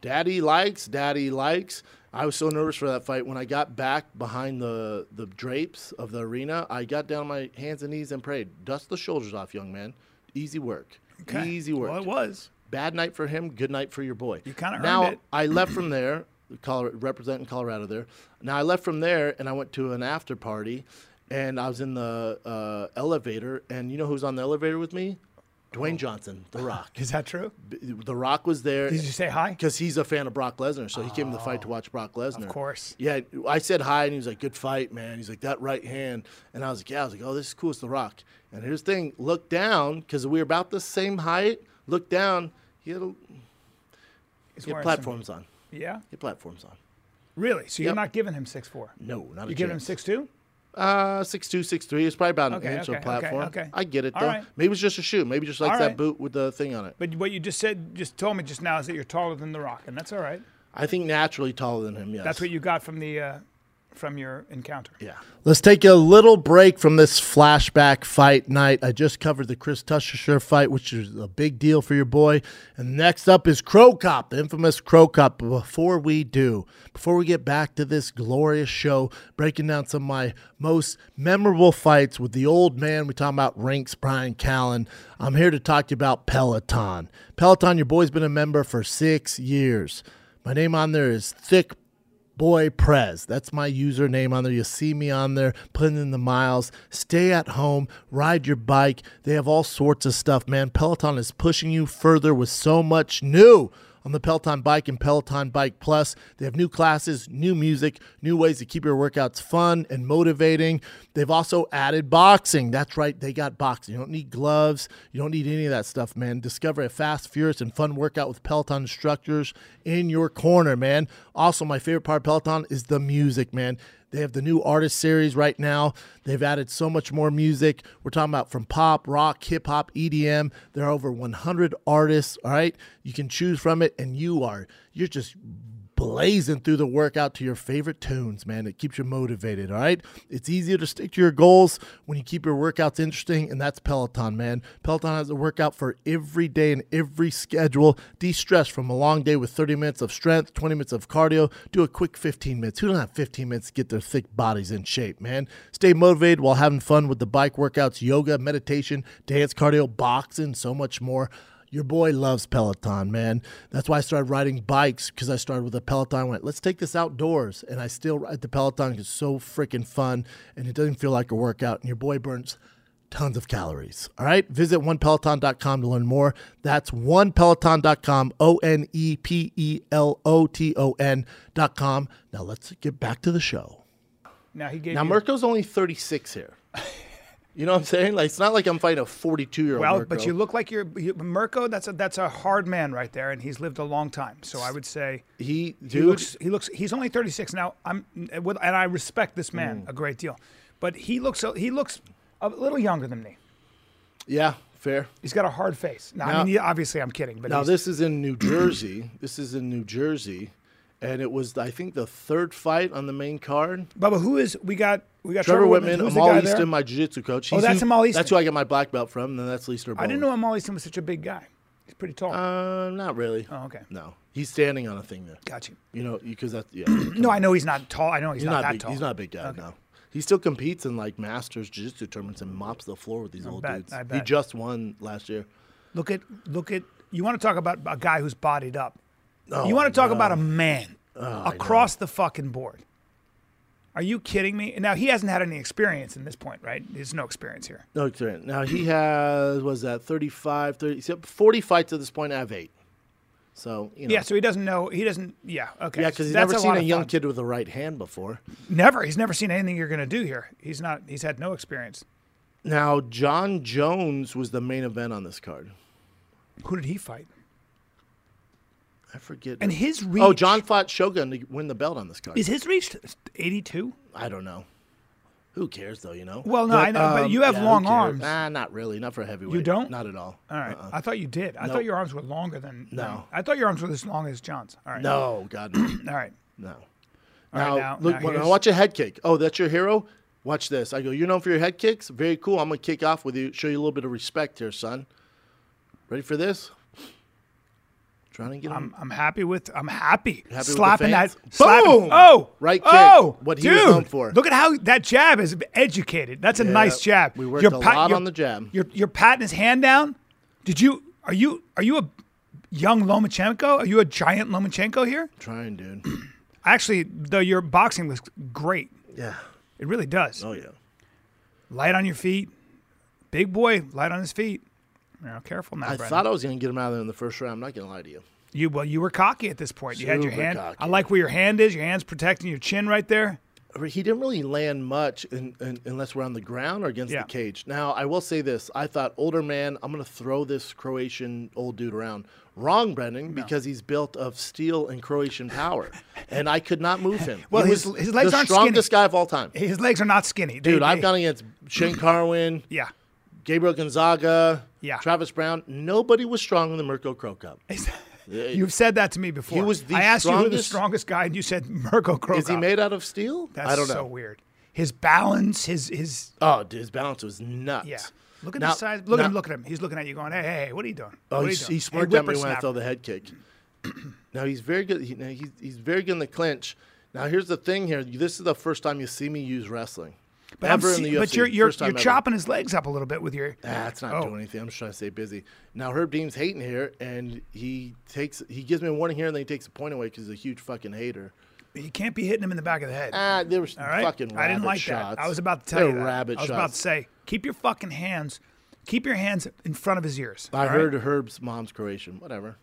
Speaker 3: Daddy likes, daddy likes. I was so nervous for that fight. When I got back behind the, the drapes of the arena, I got down on my hands and knees and prayed. Dust the shoulders off, young man. Easy work.
Speaker 2: Okay.
Speaker 3: Easy work.
Speaker 2: Well, it was.
Speaker 3: Bad night for him. Good night for your boy. You
Speaker 2: kinda earned
Speaker 3: now
Speaker 2: it.
Speaker 3: I left from there, Colorado, representing Colorado there. Now I left from there and I went to an after party, and I was in the uh, elevator. And you know who's on the elevator with me? Dwayne Johnson, The Rock.
Speaker 2: Is that true?
Speaker 3: B- the Rock was there.
Speaker 2: Did you say hi?
Speaker 3: Because he's a fan of Brock Lesnar, so he came to the fight to watch Brock Lesnar. Of
Speaker 2: course.
Speaker 3: Yeah, I said hi, and he was like, "Good fight, man." He's like, "That right hand," and I was like, "Yeah." I was like, "Oh, this is cool. It's The Rock." And here's the thing: look down because we were about the same height. Look down. He had, a,
Speaker 2: He's
Speaker 3: he had
Speaker 2: wearing some-
Speaker 3: platforms on.
Speaker 2: Yeah.
Speaker 3: He had platforms on.
Speaker 2: Really? So you're
Speaker 3: Yep.
Speaker 2: not giving him six four?
Speaker 3: No, not a
Speaker 2: You giving him
Speaker 3: chance.
Speaker 2: six two?
Speaker 3: Uh, six two, six three. It's probably about an
Speaker 2: Okay,
Speaker 3: inch
Speaker 2: okay,
Speaker 3: of
Speaker 2: okay,
Speaker 3: platform.
Speaker 2: okay.
Speaker 3: I get it
Speaker 2: All
Speaker 3: though.
Speaker 2: right.
Speaker 3: Maybe it's just a shoe. Maybe just like
Speaker 2: All
Speaker 3: that
Speaker 2: right.
Speaker 3: boot with the thing on it.
Speaker 2: But what you just said, just told me just now, is that you're taller than the Rock, and that's all right.
Speaker 3: I think naturally taller than him. Yes.
Speaker 2: That's what you got from the uh, from your encounter.
Speaker 3: Yeah. Let's take a little break from this flashback fight night. I just covered the Chris Tushisher fight, which is a big deal for your boy. And next up is Crow Cop, the infamous Crow Cop. But before we do, before we get back to this glorious show, breaking down some of my most memorable fights with the old man, we're talking about Rinks, Brian Callen. I'm here to talk to you about Peloton. Peloton, your boy's been a member for six years. My name on there is Thick Boy Prez. That's my username on there. You'll see me on there putting in the miles. Stay at home, ride your bike. They have all sorts of stuff, man. Peloton is pushing you further with so much new on the Peloton Bike and Peloton Bike Plus. They have new classes, new music, new ways to keep your workouts fun and motivating. They've also added boxing. That's right, they got boxing. You don't need gloves, you don't need any of that stuff, man. Discover a fast, furious, and fun workout with Peloton instructors in your corner, man. Also, my favorite part of Peloton is the music, man. They have the new artist series right now. They've added so much more music. We're talking about from pop, rock, hip hop, EDM. There are over 100 artists, all right? You can choose from it and you are you're just blazing through the workout to your favorite tunes, man. It keeps you motivated, all right? It's easier to stick to your goals when you keep your workouts interesting, and that's Peloton, man. Peloton has a workout for every day and every schedule. De stress from a long day with 30 minutes of strength, 20 minutes of cardio. Do a quick 15 minutes. Who don't have 15 minutes to get their thick bodies in shape, man? Stay motivated while having fun with the bike workouts, yoga, meditation, dance, cardio, boxing, so much more. Your boy loves Peloton, man. That's why I started riding bikes because I started with a Peloton. I went, let's take this outdoors, and I still ride the Peloton. 'cause It's so freaking fun, and it doesn't feel like a workout. And your boy burns tons of calories. All right, visit onepeloton.com to learn more. That's onepeloton.com. O N E P E L O T O N dot com. Now let's get back to the show.
Speaker 2: Now he gave
Speaker 3: Now
Speaker 2: you,
Speaker 3: Mirko's only 36 here. You know what I'm saying? Like it's not like I'm fighting a 42 year old.
Speaker 2: well, but you look like you're you, Mirko. That's a that's a hard man right there, and he's lived a long time. So I would say
Speaker 3: he
Speaker 2: he
Speaker 3: dude.
Speaker 2: looks he looks he's only 36 now. I'm with, and I respect this man
Speaker 3: Mm.
Speaker 2: a great deal, but he looks he looks a little younger than me.
Speaker 3: Yeah, fair.
Speaker 2: He's got a hard face. Now, I
Speaker 3: Now-
Speaker 2: mean, yeah, obviously I'm kidding, but
Speaker 3: Now
Speaker 2: he's-
Speaker 3: this is in New Jersey. this is in New Jersey, and it was I think the third fight on the main card.
Speaker 2: Bubba, who is we got? We got
Speaker 3: Trevor, Whitman,
Speaker 2: Who's the
Speaker 3: Amal
Speaker 2: guy
Speaker 3: Easton,
Speaker 2: there?
Speaker 3: my jiu-jitsu coach.
Speaker 2: Oh, that's
Speaker 3: who,
Speaker 2: Amal
Speaker 3: That's
Speaker 2: Easton.
Speaker 3: who I got my black belt from. Then that's Leister.
Speaker 2: I didn't know Amal Easton was such a big guy. He's pretty tall.
Speaker 3: Oh. Uh, not really.
Speaker 2: oh, okay,
Speaker 3: No, he's standing on a thing there.
Speaker 2: got you.
Speaker 3: You know, because that's yeah. he's
Speaker 2: No, I know he's not tall. I know he's,
Speaker 3: not
Speaker 2: that
Speaker 3: big.
Speaker 2: tall.
Speaker 3: He's not a big guy. No, he still competes in like masters jiu-jitsu tournaments and mops the floor with these old
Speaker 2: bet,
Speaker 3: dudes.
Speaker 2: I
Speaker 3: He
Speaker 2: bet.
Speaker 3: just won last year.
Speaker 2: Look at look at. You want to talk about a guy who's bodied up?
Speaker 3: No,
Speaker 2: you want to talk about a man
Speaker 3: Oh,
Speaker 2: across the fucking board? Are you kidding me? Now he hasn't had any experience in this point, right? There's no experience here.
Speaker 3: No experience. Now he has was that 35, 30, so 40 fights at this point. I have eight. So you know,
Speaker 2: Yeah, so he doesn't know. He doesn't. Yeah, okay.
Speaker 3: yeah, because he's
Speaker 2: That's lot
Speaker 3: never seen a
Speaker 2: of
Speaker 3: young
Speaker 2: fun.
Speaker 3: kid with a right hand before.
Speaker 2: Never. He's never seen anything you're gonna do here. He's not. He's had no experience.
Speaker 3: Now John Jones was the main event on this card.
Speaker 2: Who did he fight?
Speaker 3: I forget.
Speaker 2: And his reach.
Speaker 3: oh, John fought Shogun to win the belt on this card.
Speaker 2: Is his reach 82?
Speaker 3: I don't know. Who cares though? You know. um,
Speaker 2: Well, no, I know, but you have
Speaker 3: who
Speaker 2: long
Speaker 3: cares?
Speaker 2: arms.
Speaker 3: Nah, not really. Not for a heavyweight.
Speaker 2: don't?
Speaker 3: Not at all. Uh,
Speaker 2: All right. I thought you did. I thought your arms were longer than.
Speaker 3: Uh-uh. No.
Speaker 2: I thought your arms were as long as John's. All right.
Speaker 3: No, God, no.
Speaker 2: All right.
Speaker 3: no.
Speaker 2: right,
Speaker 3: Now,
Speaker 2: now-
Speaker 3: look,
Speaker 2: now
Speaker 3: when I
Speaker 2: here's-
Speaker 3: watch a head kick, oh, that's your hero? Watch this. I go, you're known for your head kicks? Very cool. I'm going to kick off with you, show you a little bit of respect here, son. Ready for this? Trying to get him.
Speaker 2: I'm, I'm happy with I'm happy,
Speaker 3: with the
Speaker 2: slapping that
Speaker 3: fans?
Speaker 2: slapping-
Speaker 3: Boom!
Speaker 2: oh
Speaker 3: Right kick,
Speaker 2: oh
Speaker 3: what he
Speaker 2: dude
Speaker 3: was known for.
Speaker 2: look at how that jab is educated that's a nice jab
Speaker 3: we worked a lot on the jab.
Speaker 2: you're, you're patting his hand down did you are you are you a young Lomachenko are you a giant Lomachenko here
Speaker 3: Trying, dude.
Speaker 2: actually though your boxing looks great
Speaker 3: yeah.
Speaker 2: it really does
Speaker 3: Oh, yeah.
Speaker 2: light on your feet. Big boy, light on his feet. Now, careful now,
Speaker 3: I
Speaker 2: Brendan.
Speaker 3: thought I was going to get him out of there in the first round. I'm not going to lie to you.
Speaker 2: you well, you were cocky at this point. You had your
Speaker 3: Super
Speaker 2: hand.
Speaker 3: cocky.
Speaker 2: I like where your hand is. Your hand's protecting your chin right there.
Speaker 3: I mean, He didn't really land much in, in, unless we're on the ground or against
Speaker 2: Yeah.
Speaker 3: the cage. Now, I will say this. I thought, older man, I'm going to throw this Croatian old dude around. Wrong, Brendan, because he's built of steel and Croatian power. and I could not move him.
Speaker 2: Well,
Speaker 3: He
Speaker 2: his-
Speaker 3: was
Speaker 2: his legs
Speaker 3: the
Speaker 2: aren't skinny.
Speaker 3: strongest guy of all time.
Speaker 2: His legs are not skinny, They-
Speaker 3: Dude, I've
Speaker 2: they-
Speaker 3: gone against Shane Carwin,
Speaker 2: Yeah,
Speaker 3: Gabriel Gonzaga,
Speaker 2: Yeah.
Speaker 3: Travis Brown. Nobody was stronger than Mirko Krokop.
Speaker 2: you've said that to me before.
Speaker 3: was the
Speaker 2: I asked you who the
Speaker 3: strongest-
Speaker 2: strongest guy, and you said Mirko Krokop.
Speaker 3: Is he made out of steel?
Speaker 2: That's
Speaker 3: I don't know.
Speaker 2: so weird. His balance, his his
Speaker 3: Oh, dude, his balance was nuts.
Speaker 2: yeah. Look at
Speaker 3: Now-
Speaker 2: the size. Look at
Speaker 3: now-
Speaker 2: him. Look at him. He's looking at you, going, "Hey, hey, hey, what are you doing?"
Speaker 3: Oh,
Speaker 2: What are
Speaker 3: he,
Speaker 2: you doing?
Speaker 3: he
Speaker 2: Hey,
Speaker 3: smirked at me when I
Speaker 2: whippersnapper.
Speaker 3: throw the head kick. now he's very good. He, now he's, he's very good in the clinch. Now here's the thing. Here, this is the first time you see me use wrestling.
Speaker 2: But, I'm
Speaker 3: ever
Speaker 2: see-
Speaker 3: in the UFC,
Speaker 2: but you're you're,
Speaker 3: first time
Speaker 2: you're
Speaker 3: ever.
Speaker 2: chopping his legs up a little bit with your.
Speaker 3: Ah, it's not
Speaker 2: Oh.
Speaker 3: doing anything. I'm just trying to stay busy. Now Herb Dean's hating here, and he takes he gives me a warning here, and then he takes a point away because he's a huge fucking hater.
Speaker 2: You can't be hitting him in the back of the head.
Speaker 3: Ah, there was
Speaker 2: All right.
Speaker 3: fucking.
Speaker 2: I didn't
Speaker 3: rabbit
Speaker 2: like
Speaker 3: shots.
Speaker 2: that. I was about to tell
Speaker 3: They
Speaker 2: you
Speaker 3: were
Speaker 2: that.
Speaker 3: Rabbit
Speaker 2: I was
Speaker 3: shots.
Speaker 2: about to say, keep your fucking hands, keep your hands in front of his ears.
Speaker 3: I
Speaker 2: all right?
Speaker 3: heard Herb's mom's Croatian. Whatever.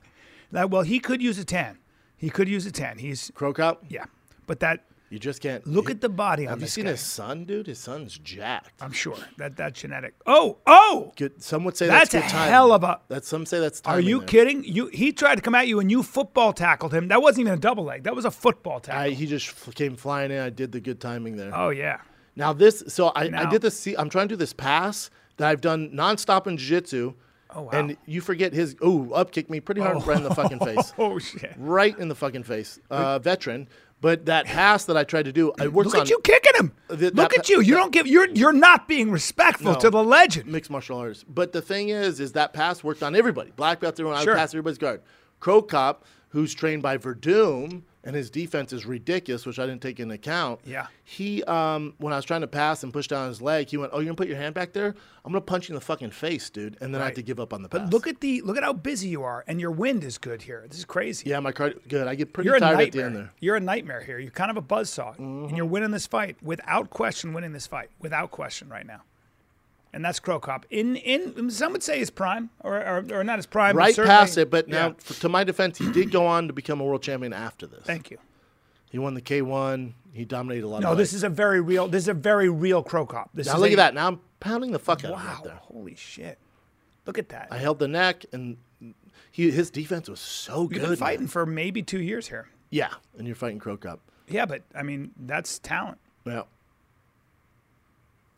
Speaker 2: that. Well, he could use a tan. He could use a tan. He's
Speaker 3: Croak out.
Speaker 2: yeah, but that
Speaker 3: You just can't
Speaker 2: look at the body on
Speaker 3: Have you
Speaker 2: this
Speaker 3: seen
Speaker 2: guy.
Speaker 3: his son, dude? His son's jacked.
Speaker 2: I'm sure that that's genetic. Oh, oh,
Speaker 3: Good. Some would say
Speaker 2: That's
Speaker 3: that's,
Speaker 2: a
Speaker 3: good timing.
Speaker 2: hell of a-
Speaker 3: That's some say that's.
Speaker 2: are
Speaker 3: timing
Speaker 2: you
Speaker 3: there.
Speaker 2: kidding? You he tried to come at you and you football tackled him. That wasn't even a double leg. That was a football
Speaker 3: I,
Speaker 2: tackle.
Speaker 3: he just f- came flying in. I did the good timing there.
Speaker 2: oh yeah.
Speaker 3: now this, so I, I
Speaker 2: Now-
Speaker 3: did this. See, I'm trying to do this pass that I've done nonstop in jiu-jitsu,
Speaker 2: Oh, wow.
Speaker 3: And you forget his ooh up kicked me pretty hard right in the fucking face,
Speaker 2: Oh shit!
Speaker 3: right in the fucking face. Uh, veteran, but that pass that I tried to do, I worked
Speaker 2: Look
Speaker 3: on
Speaker 2: at you kicking him.
Speaker 3: Th-
Speaker 2: Look
Speaker 3: that-
Speaker 2: at you. You don't give. You're you're not being respectful
Speaker 3: No.
Speaker 2: to the legend.
Speaker 3: mixed martial arts. But the thing is, is that pass worked on everybody. Black belt, everyone. I
Speaker 2: Sure.
Speaker 3: would pass everybody's guard. Crow Cop, who's trained by Verdum, and his defense is ridiculous, which I didn't take into account.
Speaker 2: Yeah.
Speaker 3: He, um, when I was trying to pass and push down his leg, he went, "Oh, you're gonna put your hand back there? I'm gonna punch you in the fucking face, dude." And then I had
Speaker 2: Right.
Speaker 3: to give up on the pass.
Speaker 2: But look at the look at how busy you are, and your wind is good here. This is crazy.
Speaker 3: yeah, my card. Good. I get pretty
Speaker 2: You're a
Speaker 3: tired at the end
Speaker 2: nightmare.
Speaker 3: there. Mm-hmm.
Speaker 2: You're a nightmare here. You're kind of a buzzsaw, and you're winning this fight without question. Winning this fight without question right now, and that's Crow Cop. In in some would say his prime, or or, or not his prime. but
Speaker 3: Right
Speaker 2: certainly-
Speaker 3: past it, but now
Speaker 2: Yeah.
Speaker 3: f- to my defense, he did go on to become a world champion after this.
Speaker 2: thank you.
Speaker 3: He won the K1. He dominated a lot.
Speaker 2: No,
Speaker 3: of
Speaker 2: this
Speaker 3: fights.
Speaker 2: is a very real. This is a very real Crow Cop. This
Speaker 3: now
Speaker 2: is
Speaker 3: look
Speaker 2: a-
Speaker 3: at that. Now I'm pounding the fuck out of him
Speaker 2: Wow!
Speaker 3: right there.
Speaker 2: Holy shit! Look at that.
Speaker 3: I held the neck, and he his defense was so
Speaker 2: We've
Speaker 3: good.
Speaker 2: been
Speaker 3: man.
Speaker 2: fighting for maybe two years here.
Speaker 3: yeah, and you're fighting Crow Cop.
Speaker 2: Yeah, but I mean that's talent.
Speaker 3: Now,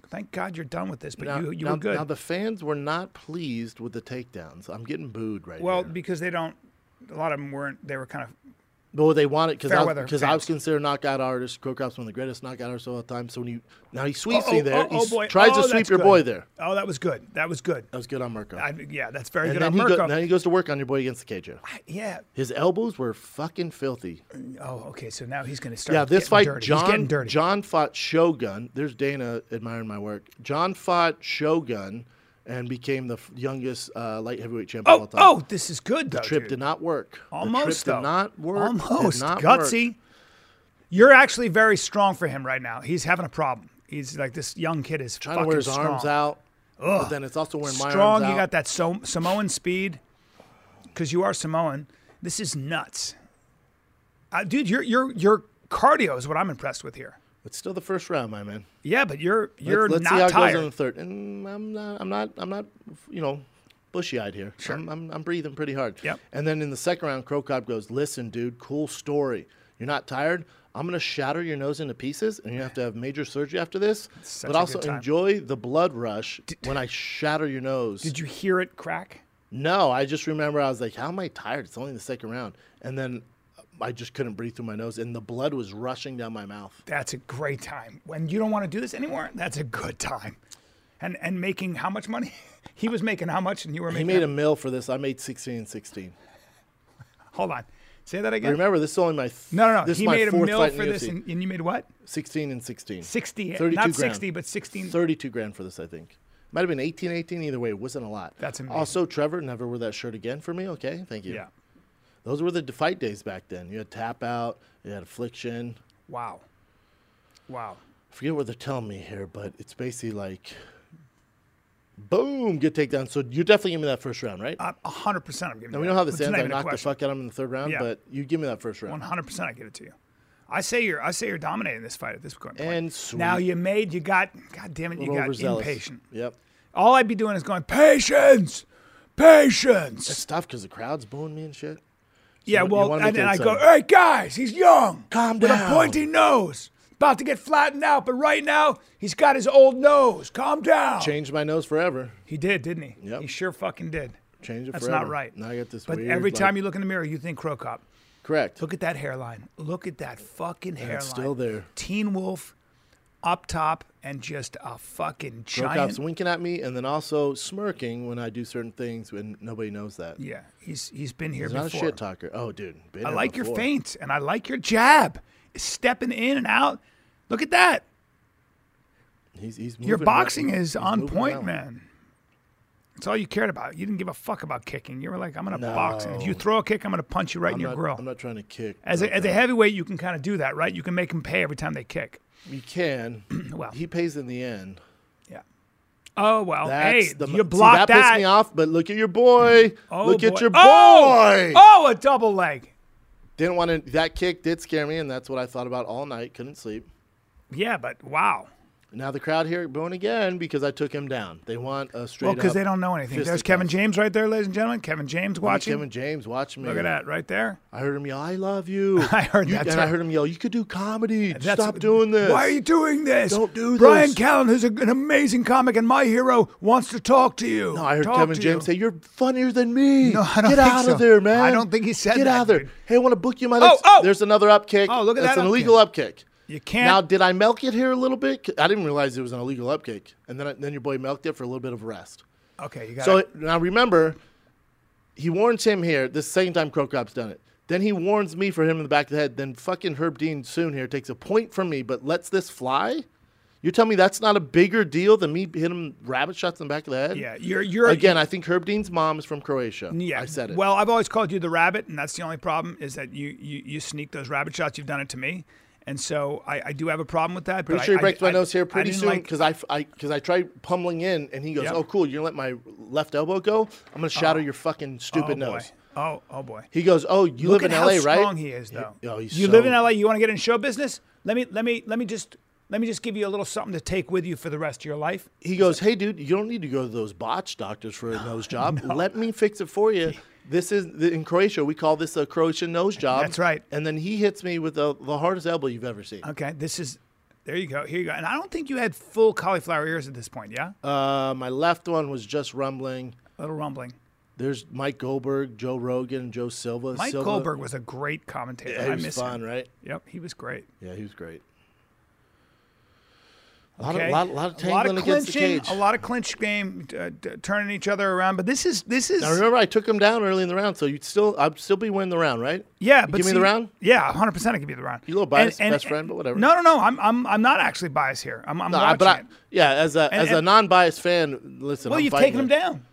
Speaker 2: Thank God you're done with this. But
Speaker 3: now,
Speaker 2: you you
Speaker 3: now,
Speaker 2: were good.
Speaker 3: now the fans were not pleased with the takedowns. I'm getting booed right
Speaker 2: well,
Speaker 3: here.
Speaker 2: because they don't. A lot of them weren't. They were kind of
Speaker 3: Well, they wanted because I,
Speaker 2: Fairweather
Speaker 3: 'cause I was
Speaker 2: fans.
Speaker 3: considered a knockout artist. Crow Cop's one of the greatest knockout artists of all time. So when you now he sweeps
Speaker 2: Oh,
Speaker 3: you
Speaker 2: oh,
Speaker 3: there,
Speaker 2: oh,
Speaker 3: he
Speaker 2: oh,
Speaker 3: s-
Speaker 2: boy.
Speaker 3: tries
Speaker 2: Oh,
Speaker 3: to sweep
Speaker 2: that's
Speaker 3: your
Speaker 2: good.
Speaker 3: boy there.
Speaker 2: Oh, that was good. That was good.
Speaker 3: That was good on Mirko.
Speaker 2: I, yeah, that's very
Speaker 3: and
Speaker 2: good
Speaker 3: then
Speaker 2: on
Speaker 3: he go-
Speaker 2: Mirko.
Speaker 3: now he goes to work on your boy against the KJ.
Speaker 2: yeah.
Speaker 3: His elbows were fucking filthy.
Speaker 2: Oh, okay. So now he's going to start.
Speaker 3: Yeah, this
Speaker 2: getting
Speaker 3: fight,
Speaker 2: dirty. he's getting
Speaker 3: John
Speaker 2: dirty.
Speaker 3: John fought Shogun. There's Dana admiring my work. John fought Shogun and became the f- youngest uh, light heavyweight champion of
Speaker 2: oh,
Speaker 3: all time.
Speaker 2: oh, this is good though.
Speaker 3: trip
Speaker 2: dude.
Speaker 3: did not work. The
Speaker 2: Almost
Speaker 3: trip
Speaker 2: though.
Speaker 3: did not work. Did
Speaker 2: Almost
Speaker 3: not work.
Speaker 2: gutsy. You're actually very strong for him right now. He's having a problem. He's like this young kid is
Speaker 3: Trying
Speaker 2: fucking
Speaker 3: to wear his
Speaker 2: strong.
Speaker 3: arms out, but then it's also wearing my
Speaker 2: strong.
Speaker 3: arms out.
Speaker 2: You got that so- Samoan speed because you are Samoan. This is nuts, uh, dude. Your your your cardio is what I'm impressed with here.
Speaker 3: It's still the first round, my man.
Speaker 2: Yeah, but you're
Speaker 3: Let's-
Speaker 2: you're
Speaker 3: let's,
Speaker 2: not
Speaker 3: see how it
Speaker 2: tired.
Speaker 3: goes in the third. And I'm not, I'm not, I'm not, you know, bushy-eyed here. Sure. I'm, I'm, I'm breathing pretty hard.
Speaker 2: Yep.
Speaker 3: And then in the second round, Crow Cop goes, "Listen, dude, cool story. You're not tired. I'm gonna shatter your nose into pieces, and you have to have major surgery after this.
Speaker 2: such
Speaker 3: But
Speaker 2: a
Speaker 3: also
Speaker 2: good time.
Speaker 3: enjoy the blood rush when I shatter your nose.
Speaker 2: Did you hear it crack?
Speaker 3: No, I just remember I was like, how am I tired? It's only the second round. And then uh, I just couldn't breathe through my nose, and the blood was rushing down my mouth.
Speaker 2: That's a great time. When you don't want to do this anymore, that's a good time. And and making how much money? he was making how much, and you were
Speaker 3: He
Speaker 2: making.
Speaker 3: made
Speaker 2: how-
Speaker 3: a mill for this. I made sixteen and sixteen.
Speaker 2: Hold on, say that again.
Speaker 3: Remember, this is only my th-
Speaker 2: No, no, no.
Speaker 3: This is
Speaker 2: He
Speaker 3: my
Speaker 2: made a
Speaker 3: fourth
Speaker 2: mill
Speaker 3: fight in
Speaker 2: for
Speaker 3: the
Speaker 2: this,
Speaker 3: UFC.
Speaker 2: and, and you made what?
Speaker 3: 16 and 16.
Speaker 2: 60,
Speaker 3: 32
Speaker 2: not
Speaker 3: grand.
Speaker 2: 60, but 16.
Speaker 3: 32 grand for this, I think. Might have been 18, 18. Either way, it wasn't a lot.
Speaker 2: That's amazing.
Speaker 3: Also, Trevor never wore that shirt again for me. Okay, thank you.
Speaker 2: Yeah.
Speaker 3: Those were the d- fight days back then. You had Tap Out, you had Affliction.
Speaker 2: Wow. Wow.
Speaker 3: I forget what they're telling me here, but it's basically like, boom, get takedown. So you're definitely giving me that first round, right?
Speaker 2: Uh, 100% I'm giving
Speaker 3: now,
Speaker 2: you
Speaker 3: we
Speaker 2: that.
Speaker 3: know how this
Speaker 2: It's
Speaker 3: ends.
Speaker 2: not
Speaker 3: I
Speaker 2: even a
Speaker 3: knocked the
Speaker 2: question.
Speaker 3: fuck out of him in the third round,
Speaker 2: Yeah.
Speaker 3: but you give me that first round.
Speaker 2: 100% I give it to you. I say you're I say you're dominating this fight at this point.
Speaker 3: And sweet.
Speaker 2: now you made you got god damn it you
Speaker 3: Little
Speaker 2: got
Speaker 3: overzealous.
Speaker 2: impatient.
Speaker 3: Yep.
Speaker 2: All I'd be doing is going patience. Patience.
Speaker 3: It's tough because the crowd's booing me and shit.
Speaker 2: yeah,
Speaker 3: you
Speaker 2: well,
Speaker 3: wanna
Speaker 2: and
Speaker 3: make
Speaker 2: then
Speaker 3: it
Speaker 2: I go,
Speaker 3: exciting.
Speaker 2: "Hey guys, he's young.
Speaker 3: Calm
Speaker 2: with
Speaker 3: down."
Speaker 2: a pointy nose. About to get flattened out, but right now he's got his old nose. Calm down."
Speaker 3: Changed my nose forever.
Speaker 2: He did, didn't he?
Speaker 3: Yep.
Speaker 2: He sure fucking did.
Speaker 3: Change it
Speaker 2: That's
Speaker 3: forever.
Speaker 2: not right.
Speaker 3: Now I got this
Speaker 2: But
Speaker 3: weird,
Speaker 2: every
Speaker 3: like-
Speaker 2: time you look in the mirror, you think Crow Cop.
Speaker 3: Correct.
Speaker 2: Look at that hairline. Look at that fucking hairline.
Speaker 3: it's still there.
Speaker 2: Teen Wolf up top and just a fucking
Speaker 3: Broke
Speaker 2: giant.
Speaker 3: winking at me and then also smirking when I do certain things when nobody knows that.
Speaker 2: Yeah, he's he's been here
Speaker 3: He's not a
Speaker 2: before.
Speaker 3: shit talker. Oh, dude. been
Speaker 2: I
Speaker 3: here
Speaker 2: like your
Speaker 3: before.
Speaker 2: feints and I like your jab. Stepping in and out. Look at that.
Speaker 3: He's, he's
Speaker 2: Your
Speaker 3: moving
Speaker 2: boxing
Speaker 3: around.
Speaker 2: is
Speaker 3: He's
Speaker 2: on
Speaker 3: moving
Speaker 2: point,
Speaker 3: around.
Speaker 2: man. That's all you cared about. You didn't give a fuck about kicking. You were like, I'm gonna box, and if you
Speaker 3: No.
Speaker 2: throw a kick, I'm gonna punch you right in
Speaker 3: I'm
Speaker 2: your
Speaker 3: not,
Speaker 2: grill.
Speaker 3: I'm not trying to kick.
Speaker 2: As a,
Speaker 3: Broke
Speaker 2: as a
Speaker 3: out.
Speaker 2: heavyweight, you can kind of do that, right? You can make them pay every time they kick.
Speaker 3: You can.
Speaker 2: Well.
Speaker 3: He pays in the end.
Speaker 2: Yeah. Oh well.
Speaker 3: That's
Speaker 2: hey,
Speaker 3: the,
Speaker 2: you
Speaker 3: see,
Speaker 2: blocked
Speaker 3: that. pissed
Speaker 2: that.
Speaker 3: me off, but look at your boy.
Speaker 2: Oh,
Speaker 3: look at
Speaker 2: boy.
Speaker 3: your boy.
Speaker 2: Oh! Oh, a double leg.
Speaker 3: Didn't want to. That kick did scare me, and that's what I thought about all night. Couldn't sleep.
Speaker 2: Yeah, but wow.
Speaker 3: Now the crowd here booing again because I took him down. They want a straight
Speaker 2: Well, because
Speaker 3: up
Speaker 2: they don't know anything. There's Kevin
Speaker 3: fisticuffs.
Speaker 2: James right there, ladies and gentlemen. Kevin James watching.
Speaker 3: Kevin James, watch me.
Speaker 2: Look at that right there.
Speaker 3: I heard him yell, "I love you."
Speaker 2: I heard
Speaker 3: you,
Speaker 2: that,
Speaker 3: and
Speaker 2: too.
Speaker 3: I heard him yell, "You could do comedy.
Speaker 2: That's-
Speaker 3: Stop doing this."
Speaker 2: Why are you doing this?
Speaker 3: Don't do
Speaker 2: Brian
Speaker 3: this.
Speaker 2: Callen, who's a, an amazing comic and my hero, wants to talk to you.
Speaker 3: No, I heard
Speaker 2: Talk
Speaker 3: Kevin
Speaker 2: to
Speaker 3: James
Speaker 2: you.
Speaker 3: say, "You're funnier than me."
Speaker 2: No, I don't
Speaker 3: Get
Speaker 2: think
Speaker 3: out
Speaker 2: so.
Speaker 3: of there, man.
Speaker 2: I don't think he said
Speaker 3: Get
Speaker 2: that,
Speaker 3: out of there.
Speaker 2: dude.
Speaker 3: Hey, I want to book you my
Speaker 2: Oh,
Speaker 3: next.
Speaker 2: oh!
Speaker 3: There's another upkick.
Speaker 2: Oh, look at
Speaker 3: That's
Speaker 2: that
Speaker 3: an
Speaker 2: upkick.
Speaker 3: illegal upkick.
Speaker 2: You can't.
Speaker 3: Now, did I milk it here a little bit? 'Cause I didn't realize it was an illegal upkick, and then then your boy milked it for a little bit of rest.
Speaker 2: okay, you got
Speaker 3: So
Speaker 2: it.
Speaker 3: now remember, he warns him here. This is the second time Crocop's done it. Then he warns me for him in the back of the head. Then fucking Herb Dean soon here takes a point from me, but lets this fly. You're telling me that's not a bigger deal than me hitting him rabbit shots in the back of the head?
Speaker 2: Yeah, you're you're
Speaker 3: Again, I think Herb Dean's mom is from Croatia.
Speaker 2: Yeah,
Speaker 3: I said it.
Speaker 2: Well, I've always called you the rabbit, and that's the only problem is that you you, you sneak those rabbit shots. You've done it to me, and so I, I do have a problem with that.
Speaker 3: pretty
Speaker 2: but
Speaker 3: sure
Speaker 2: I,
Speaker 3: he breaks
Speaker 2: I,
Speaker 3: my
Speaker 2: I-
Speaker 3: nose here
Speaker 2: I
Speaker 3: pretty
Speaker 2: didn't
Speaker 3: soon
Speaker 2: like-
Speaker 3: because I because I, tried pummeling in and he goes,
Speaker 2: Yep.
Speaker 3: "Oh, cool, you're gonna let my left elbow go? I'm gonna shatter your fucking
Speaker 2: oh
Speaker 3: stupid
Speaker 2: boy.
Speaker 3: nose."
Speaker 2: Oh oh boy.
Speaker 3: He goes, "Oh, you
Speaker 2: Look
Speaker 3: live
Speaker 2: at
Speaker 3: in
Speaker 2: how
Speaker 3: L.A., right?"
Speaker 2: strong he is, though.
Speaker 3: oh, he's
Speaker 2: you live in
Speaker 3: so-
Speaker 2: LA. You want to get in show business? Let me let me let me just let me just give you a little something to take with you for the rest of your life.
Speaker 3: he goes, "Hey, dude, you don't need to go to those botch doctors for a nose job. Let me fix it for you." This is the- in Croatia. We call this a Croatian nose job.
Speaker 2: That's right. Uh,
Speaker 3: And then he hits me with the, the hardest elbow you've ever seen.
Speaker 2: Okay, this is there you go. Here you go. And I don't think you had full cauliflower ears at this point, yeah?
Speaker 3: Uh, my left one was just rumbling.
Speaker 2: a little rumbling.
Speaker 3: There's Mike Goldberg, Joe Rogan, Joe Silva.
Speaker 2: Mike
Speaker 3: Silva,
Speaker 2: Goldberg was a great commentator.
Speaker 3: Yeah, he
Speaker 2: I
Speaker 3: was
Speaker 2: miss
Speaker 3: fun,
Speaker 2: him.
Speaker 3: right?
Speaker 2: Yep, he was great.
Speaker 3: Yeah, he was great. A lot,
Speaker 2: Okay.
Speaker 3: of, lot, lot of
Speaker 2: a lot
Speaker 3: tangling
Speaker 2: of
Speaker 3: against the
Speaker 2: clinching,
Speaker 3: cage.
Speaker 2: a lot of clinch game, uh, d- turning each other around. But this is this is
Speaker 3: Now remember, I took him down early in the round, so you'd still, I'd still be winning the round, right?
Speaker 2: yeah.
Speaker 3: You
Speaker 2: but
Speaker 3: give me
Speaker 2: see-
Speaker 3: the round.
Speaker 2: Yeah, hundred percent. I give you the round.
Speaker 3: You a little biased, best friend, but whatever.
Speaker 2: No, no, no. I'm I'm I'm not actually biased here. I'm I'm
Speaker 3: No, I-
Speaker 2: watching
Speaker 3: but I,
Speaker 2: it.
Speaker 3: yeah, as a as a
Speaker 2: and-
Speaker 3: non-biased fan, listen.
Speaker 2: Well,
Speaker 3: I'm
Speaker 2: you've
Speaker 3: fighting
Speaker 2: taken him
Speaker 3: it.
Speaker 2: down.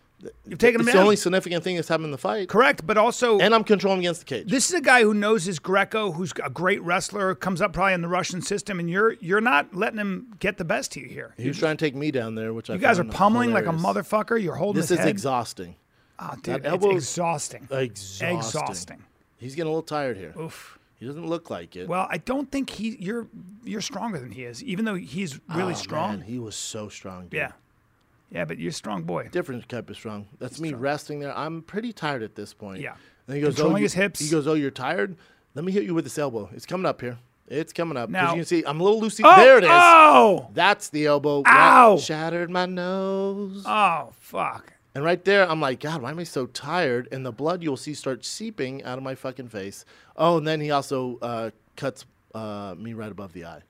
Speaker 2: You've taken him
Speaker 3: It's
Speaker 2: down.
Speaker 3: the only significant thing that's happened in the fight,
Speaker 2: Correct, but also
Speaker 3: and I'm controlling against the cage.
Speaker 2: this is a guy who knows his Greco, who's a great wrestler, comes up probably in the Russian system, and you're you're not letting him get the best of you here.
Speaker 3: He was trying to take me down there, which
Speaker 2: You guys are pummeling like a motherfucker. You're holding
Speaker 3: This
Speaker 2: his
Speaker 3: is
Speaker 2: head.
Speaker 3: exhausting.
Speaker 2: Ah, dude, it's
Speaker 3: elbow-
Speaker 2: exhausting.
Speaker 3: Exhausting.
Speaker 2: Exhausting.
Speaker 3: He's getting a little tired here.
Speaker 2: Oof.
Speaker 3: He doesn't look like it.
Speaker 2: Well, I don't think he you're you're stronger than he is, even though he's really
Speaker 3: Oh,
Speaker 2: strong.
Speaker 3: man, he was so strong. Dude.
Speaker 2: yeah, yeah, but you're a strong boy.
Speaker 3: different type of strong. That's me resting there. I'm pretty tired at this point.
Speaker 2: Yeah.
Speaker 3: And he goes, oh,
Speaker 2: Controlling
Speaker 3: you-
Speaker 2: his hips.
Speaker 3: He goes, oh, you're tired. Let me hit you with this elbow. It's coming up here. It's coming up. Now
Speaker 2: Now-
Speaker 3: you can see, I'm a little loosey.
Speaker 2: Oh,
Speaker 3: there it is.
Speaker 2: Oh,
Speaker 3: That's the elbow. That
Speaker 2: Ow!
Speaker 3: Shattered my nose.
Speaker 2: oh, fuck.
Speaker 3: And right there, I'm like, God, why am I so tired? And the blood you'll see starts seeping out of my fucking face. Oh, and then he also uh, cuts uh, me right above the eye.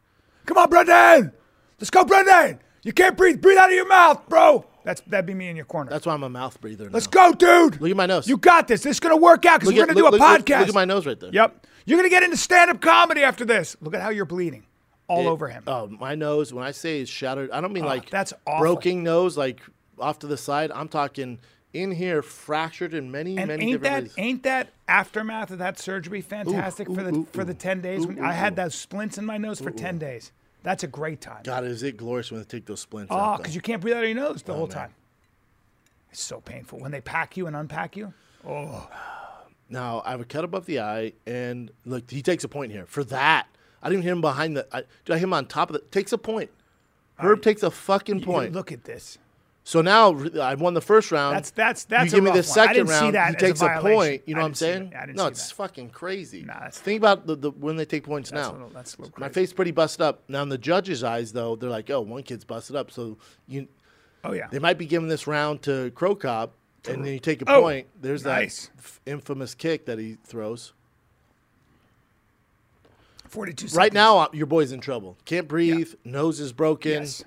Speaker 2: Come on, Brendan. Let's go, Brendan. You can't breathe. Breathe out of your mouth, bro. That's that'd be me in your corner.
Speaker 3: That's why I'm a mouth breather.
Speaker 2: Let's go,
Speaker 3: now.
Speaker 2: dude.
Speaker 3: Look at my nose.
Speaker 2: You got this. This is gonna work out because
Speaker 3: Look
Speaker 2: we're
Speaker 3: at-
Speaker 2: gonna
Speaker 3: look-
Speaker 2: do a
Speaker 3: look- look-
Speaker 2: podcast.
Speaker 3: Look at my nose right there.
Speaker 2: Yep. You're gonna get into stand-up comedy after this. Look at how you're bleeding all
Speaker 3: it-
Speaker 2: over him. Ah,
Speaker 3: Oh, my nose. When I say is shattered, I don't mean like
Speaker 2: that's awful.
Speaker 3: broken nose, like off to the side. I'm talking in here, fractured in many,
Speaker 2: And
Speaker 3: many
Speaker 2: ain't that
Speaker 3: different ways.
Speaker 2: ain't that aftermath of that surgery fantastic for the
Speaker 3: ooh,
Speaker 2: for the
Speaker 3: ooh.
Speaker 2: ten days? when
Speaker 3: Ooh,
Speaker 2: I had
Speaker 3: ooh.
Speaker 2: those splints in my nose for ten days. That's a great time.
Speaker 3: God, is it glorious when they take those splints?
Speaker 2: Ah,
Speaker 3: out, though.
Speaker 2: because you can't breathe out of your nose the whole
Speaker 3: Oh, man.
Speaker 2: time. It's so painful when they pack you and unpack you.
Speaker 3: Now I have a cut above the eye, and look, he takes a point here for that. I didn't hit him behind the. I, did I hit him on top of the? Takes a point. Herb takes a fucking
Speaker 2: You
Speaker 3: point.
Speaker 2: Look at this.
Speaker 3: so now re- I won the first round.
Speaker 2: That's- that's- that's a
Speaker 3: You give me
Speaker 2: rough
Speaker 3: the
Speaker 2: one. I
Speaker 3: second
Speaker 2: didn't see
Speaker 3: round.
Speaker 2: that
Speaker 3: he
Speaker 2: as a
Speaker 3: takes a,
Speaker 2: violation.
Speaker 3: point. You know
Speaker 2: I
Speaker 3: what I'm
Speaker 2: didn't see
Speaker 3: saying?
Speaker 2: that. I didn't
Speaker 3: no,
Speaker 2: see
Speaker 3: it's
Speaker 2: that.
Speaker 3: fucking crazy.
Speaker 2: that's-
Speaker 3: Think about the, the when they take points
Speaker 2: a
Speaker 3: now.
Speaker 2: little- that's a little
Speaker 3: My
Speaker 2: crazy.
Speaker 3: face pretty busted up. Now in the judges' eyes, though, they're like, "Oh, one kid's busted up." So you,
Speaker 2: Oh yeah.
Speaker 3: they might be giving this round to Crow Cop, and then you take a
Speaker 2: Oh,
Speaker 3: point. There's
Speaker 2: nice.
Speaker 3: that f- infamous kick that he throws.
Speaker 2: Forty-two.
Speaker 3: Right
Speaker 2: seconds.
Speaker 3: now, uh, your boy's in trouble. Can't breathe. Nose is broken.
Speaker 2: Yes.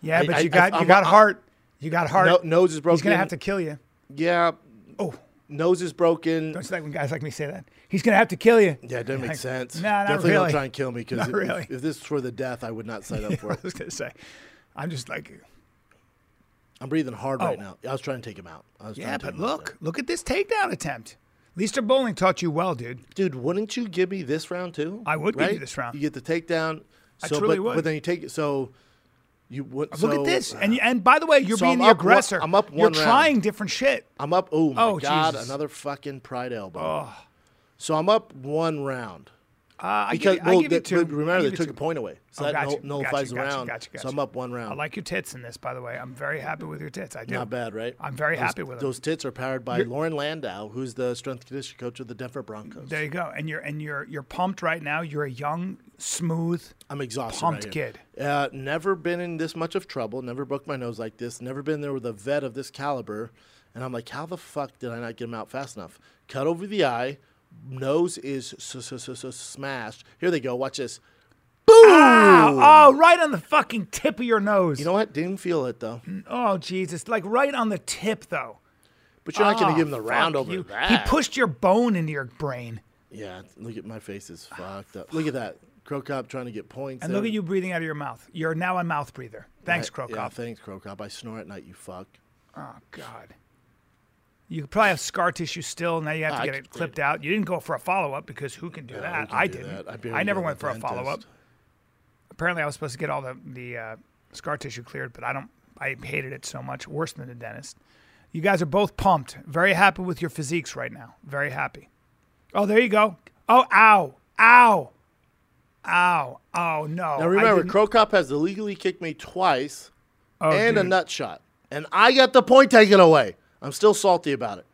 Speaker 2: Yeah,
Speaker 3: I-
Speaker 2: but
Speaker 3: I-
Speaker 2: you got
Speaker 3: I-
Speaker 2: you
Speaker 3: I'm-
Speaker 2: got
Speaker 3: I'm-
Speaker 2: heart. You got heart.
Speaker 3: No, nose is broken.
Speaker 2: He's gonna have to kill you.
Speaker 3: Yeah,
Speaker 2: Oh,
Speaker 3: nose is broken.
Speaker 2: don't you like when guys like me say that? He's gonna have to kill you.
Speaker 3: yeah, it doesn't make
Speaker 2: Like,
Speaker 3: sense.
Speaker 2: Nah, not
Speaker 3: Definitely
Speaker 2: really.
Speaker 3: don't try and kill me because
Speaker 2: Not
Speaker 3: if,
Speaker 2: really.
Speaker 3: if this was for the death, I would not sign up for
Speaker 2: I
Speaker 3: it.
Speaker 2: was gonna say, I'm just like.
Speaker 3: I'm breathing hard right
Speaker 2: Oh.
Speaker 3: now. I was trying to take him out. I was trying
Speaker 2: Yeah,
Speaker 3: to take
Speaker 2: but
Speaker 3: him out
Speaker 2: look, look at this takedown attempt. Lisa Bowling taught you well, dude.
Speaker 3: there. dude, wouldn't you give me this round too?
Speaker 2: I would give you
Speaker 3: right?
Speaker 2: this round.
Speaker 3: You get the takedown.
Speaker 2: I
Speaker 3: so,
Speaker 2: truly
Speaker 3: but,
Speaker 2: would.
Speaker 3: But then you take it. So you would.
Speaker 2: look
Speaker 3: so, uh,
Speaker 2: at this, and you, and by the way, you're
Speaker 3: So
Speaker 2: being
Speaker 3: I'm
Speaker 2: the
Speaker 3: up one-
Speaker 2: aggressor.
Speaker 3: I'm up
Speaker 2: You're
Speaker 3: one round.
Speaker 2: trying different shit.
Speaker 3: I'm up. Oh my
Speaker 2: Oh,
Speaker 3: god!
Speaker 2: Jesus.
Speaker 3: Another fucking pride elbow. So I'm up one round.
Speaker 2: Uh, I,
Speaker 3: Because
Speaker 2: give you,
Speaker 3: well,
Speaker 2: I give you
Speaker 3: they-
Speaker 2: two.
Speaker 3: but
Speaker 2: I
Speaker 3: remember
Speaker 2: give
Speaker 3: they
Speaker 2: you
Speaker 3: took
Speaker 2: two.
Speaker 3: a point away,
Speaker 2: Oh,
Speaker 3: so that
Speaker 2: gotcha,
Speaker 3: nul- nullifies
Speaker 2: gotcha,
Speaker 3: a
Speaker 2: gotcha,
Speaker 3: round.
Speaker 2: gotcha,
Speaker 3: So I'm
Speaker 2: gotcha.
Speaker 3: up one round.
Speaker 2: I like your tits in this, by the way. I'm very happy with your tits. I do.
Speaker 3: Not bad, right?
Speaker 2: I'm very
Speaker 3: Those-
Speaker 2: happy with 'em.
Speaker 3: Those tits are powered by Lauren Landau, who's the strength and conditioning coach of the Denver Broncos.
Speaker 2: There you go. And you're and you're you're pumped right now. You're a young, smooth.
Speaker 3: I'm exhausted.
Speaker 2: pumped
Speaker 3: right here.
Speaker 2: kid.
Speaker 3: Uh, never been in this much of trouble. Never broke my nose like this. Never been there with a vet of this caliber. And I'm like, how the fuck did I not get him out fast enough? Cut over the eye. Nose is s- s- s- s- smashed. Here they go. Watch this.
Speaker 2: Oh, right on the fucking tip of your nose.
Speaker 3: You know what? Didn't feel it though.
Speaker 2: oh Jesus! Like right on the tip, though.
Speaker 3: But you're not going
Speaker 2: Ah,
Speaker 3: to give him the round
Speaker 2: fuck
Speaker 3: over
Speaker 2: you.
Speaker 3: that.
Speaker 2: He pushed your bone into your brain.
Speaker 3: Yeah. Look at my face is fucked up. Look at that. Crow Cop trying to get points.
Speaker 2: And
Speaker 3: there.
Speaker 2: look at you breathing out of your mouth. You're now a mouth breather. Thanks,
Speaker 3: Right,
Speaker 2: Krokop.
Speaker 3: Yeah, thanks, Crow Cop. I snore at night. You fuck.
Speaker 2: Oh God. You probably have scar tissue still. Now you have to
Speaker 3: I
Speaker 2: get
Speaker 3: could-
Speaker 2: it clipped out. You didn't go for a follow up because who can do
Speaker 3: who
Speaker 2: that?
Speaker 3: can
Speaker 2: I
Speaker 3: do
Speaker 2: didn't.
Speaker 3: that? I
Speaker 2: I,
Speaker 3: barely
Speaker 2: never
Speaker 3: go to
Speaker 2: went
Speaker 3: the
Speaker 2: for a
Speaker 3: dentist.
Speaker 2: follow up. Apparently, I was supposed to get all the the uh, scar tissue cleared, but I don't. I hated it so much, worse than the dentist. You guys are both pumped. Very happy with your physiques right now. Very happy. Oh, there you go. Oh, ow, ow, ow, oh no.
Speaker 3: Now remember,
Speaker 2: didn't-
Speaker 3: Crow Cop has illegally kicked me twice
Speaker 2: oh,
Speaker 3: and a
Speaker 2: dude.
Speaker 3: nut shot, and I got the point taken away. I'm still salty about it.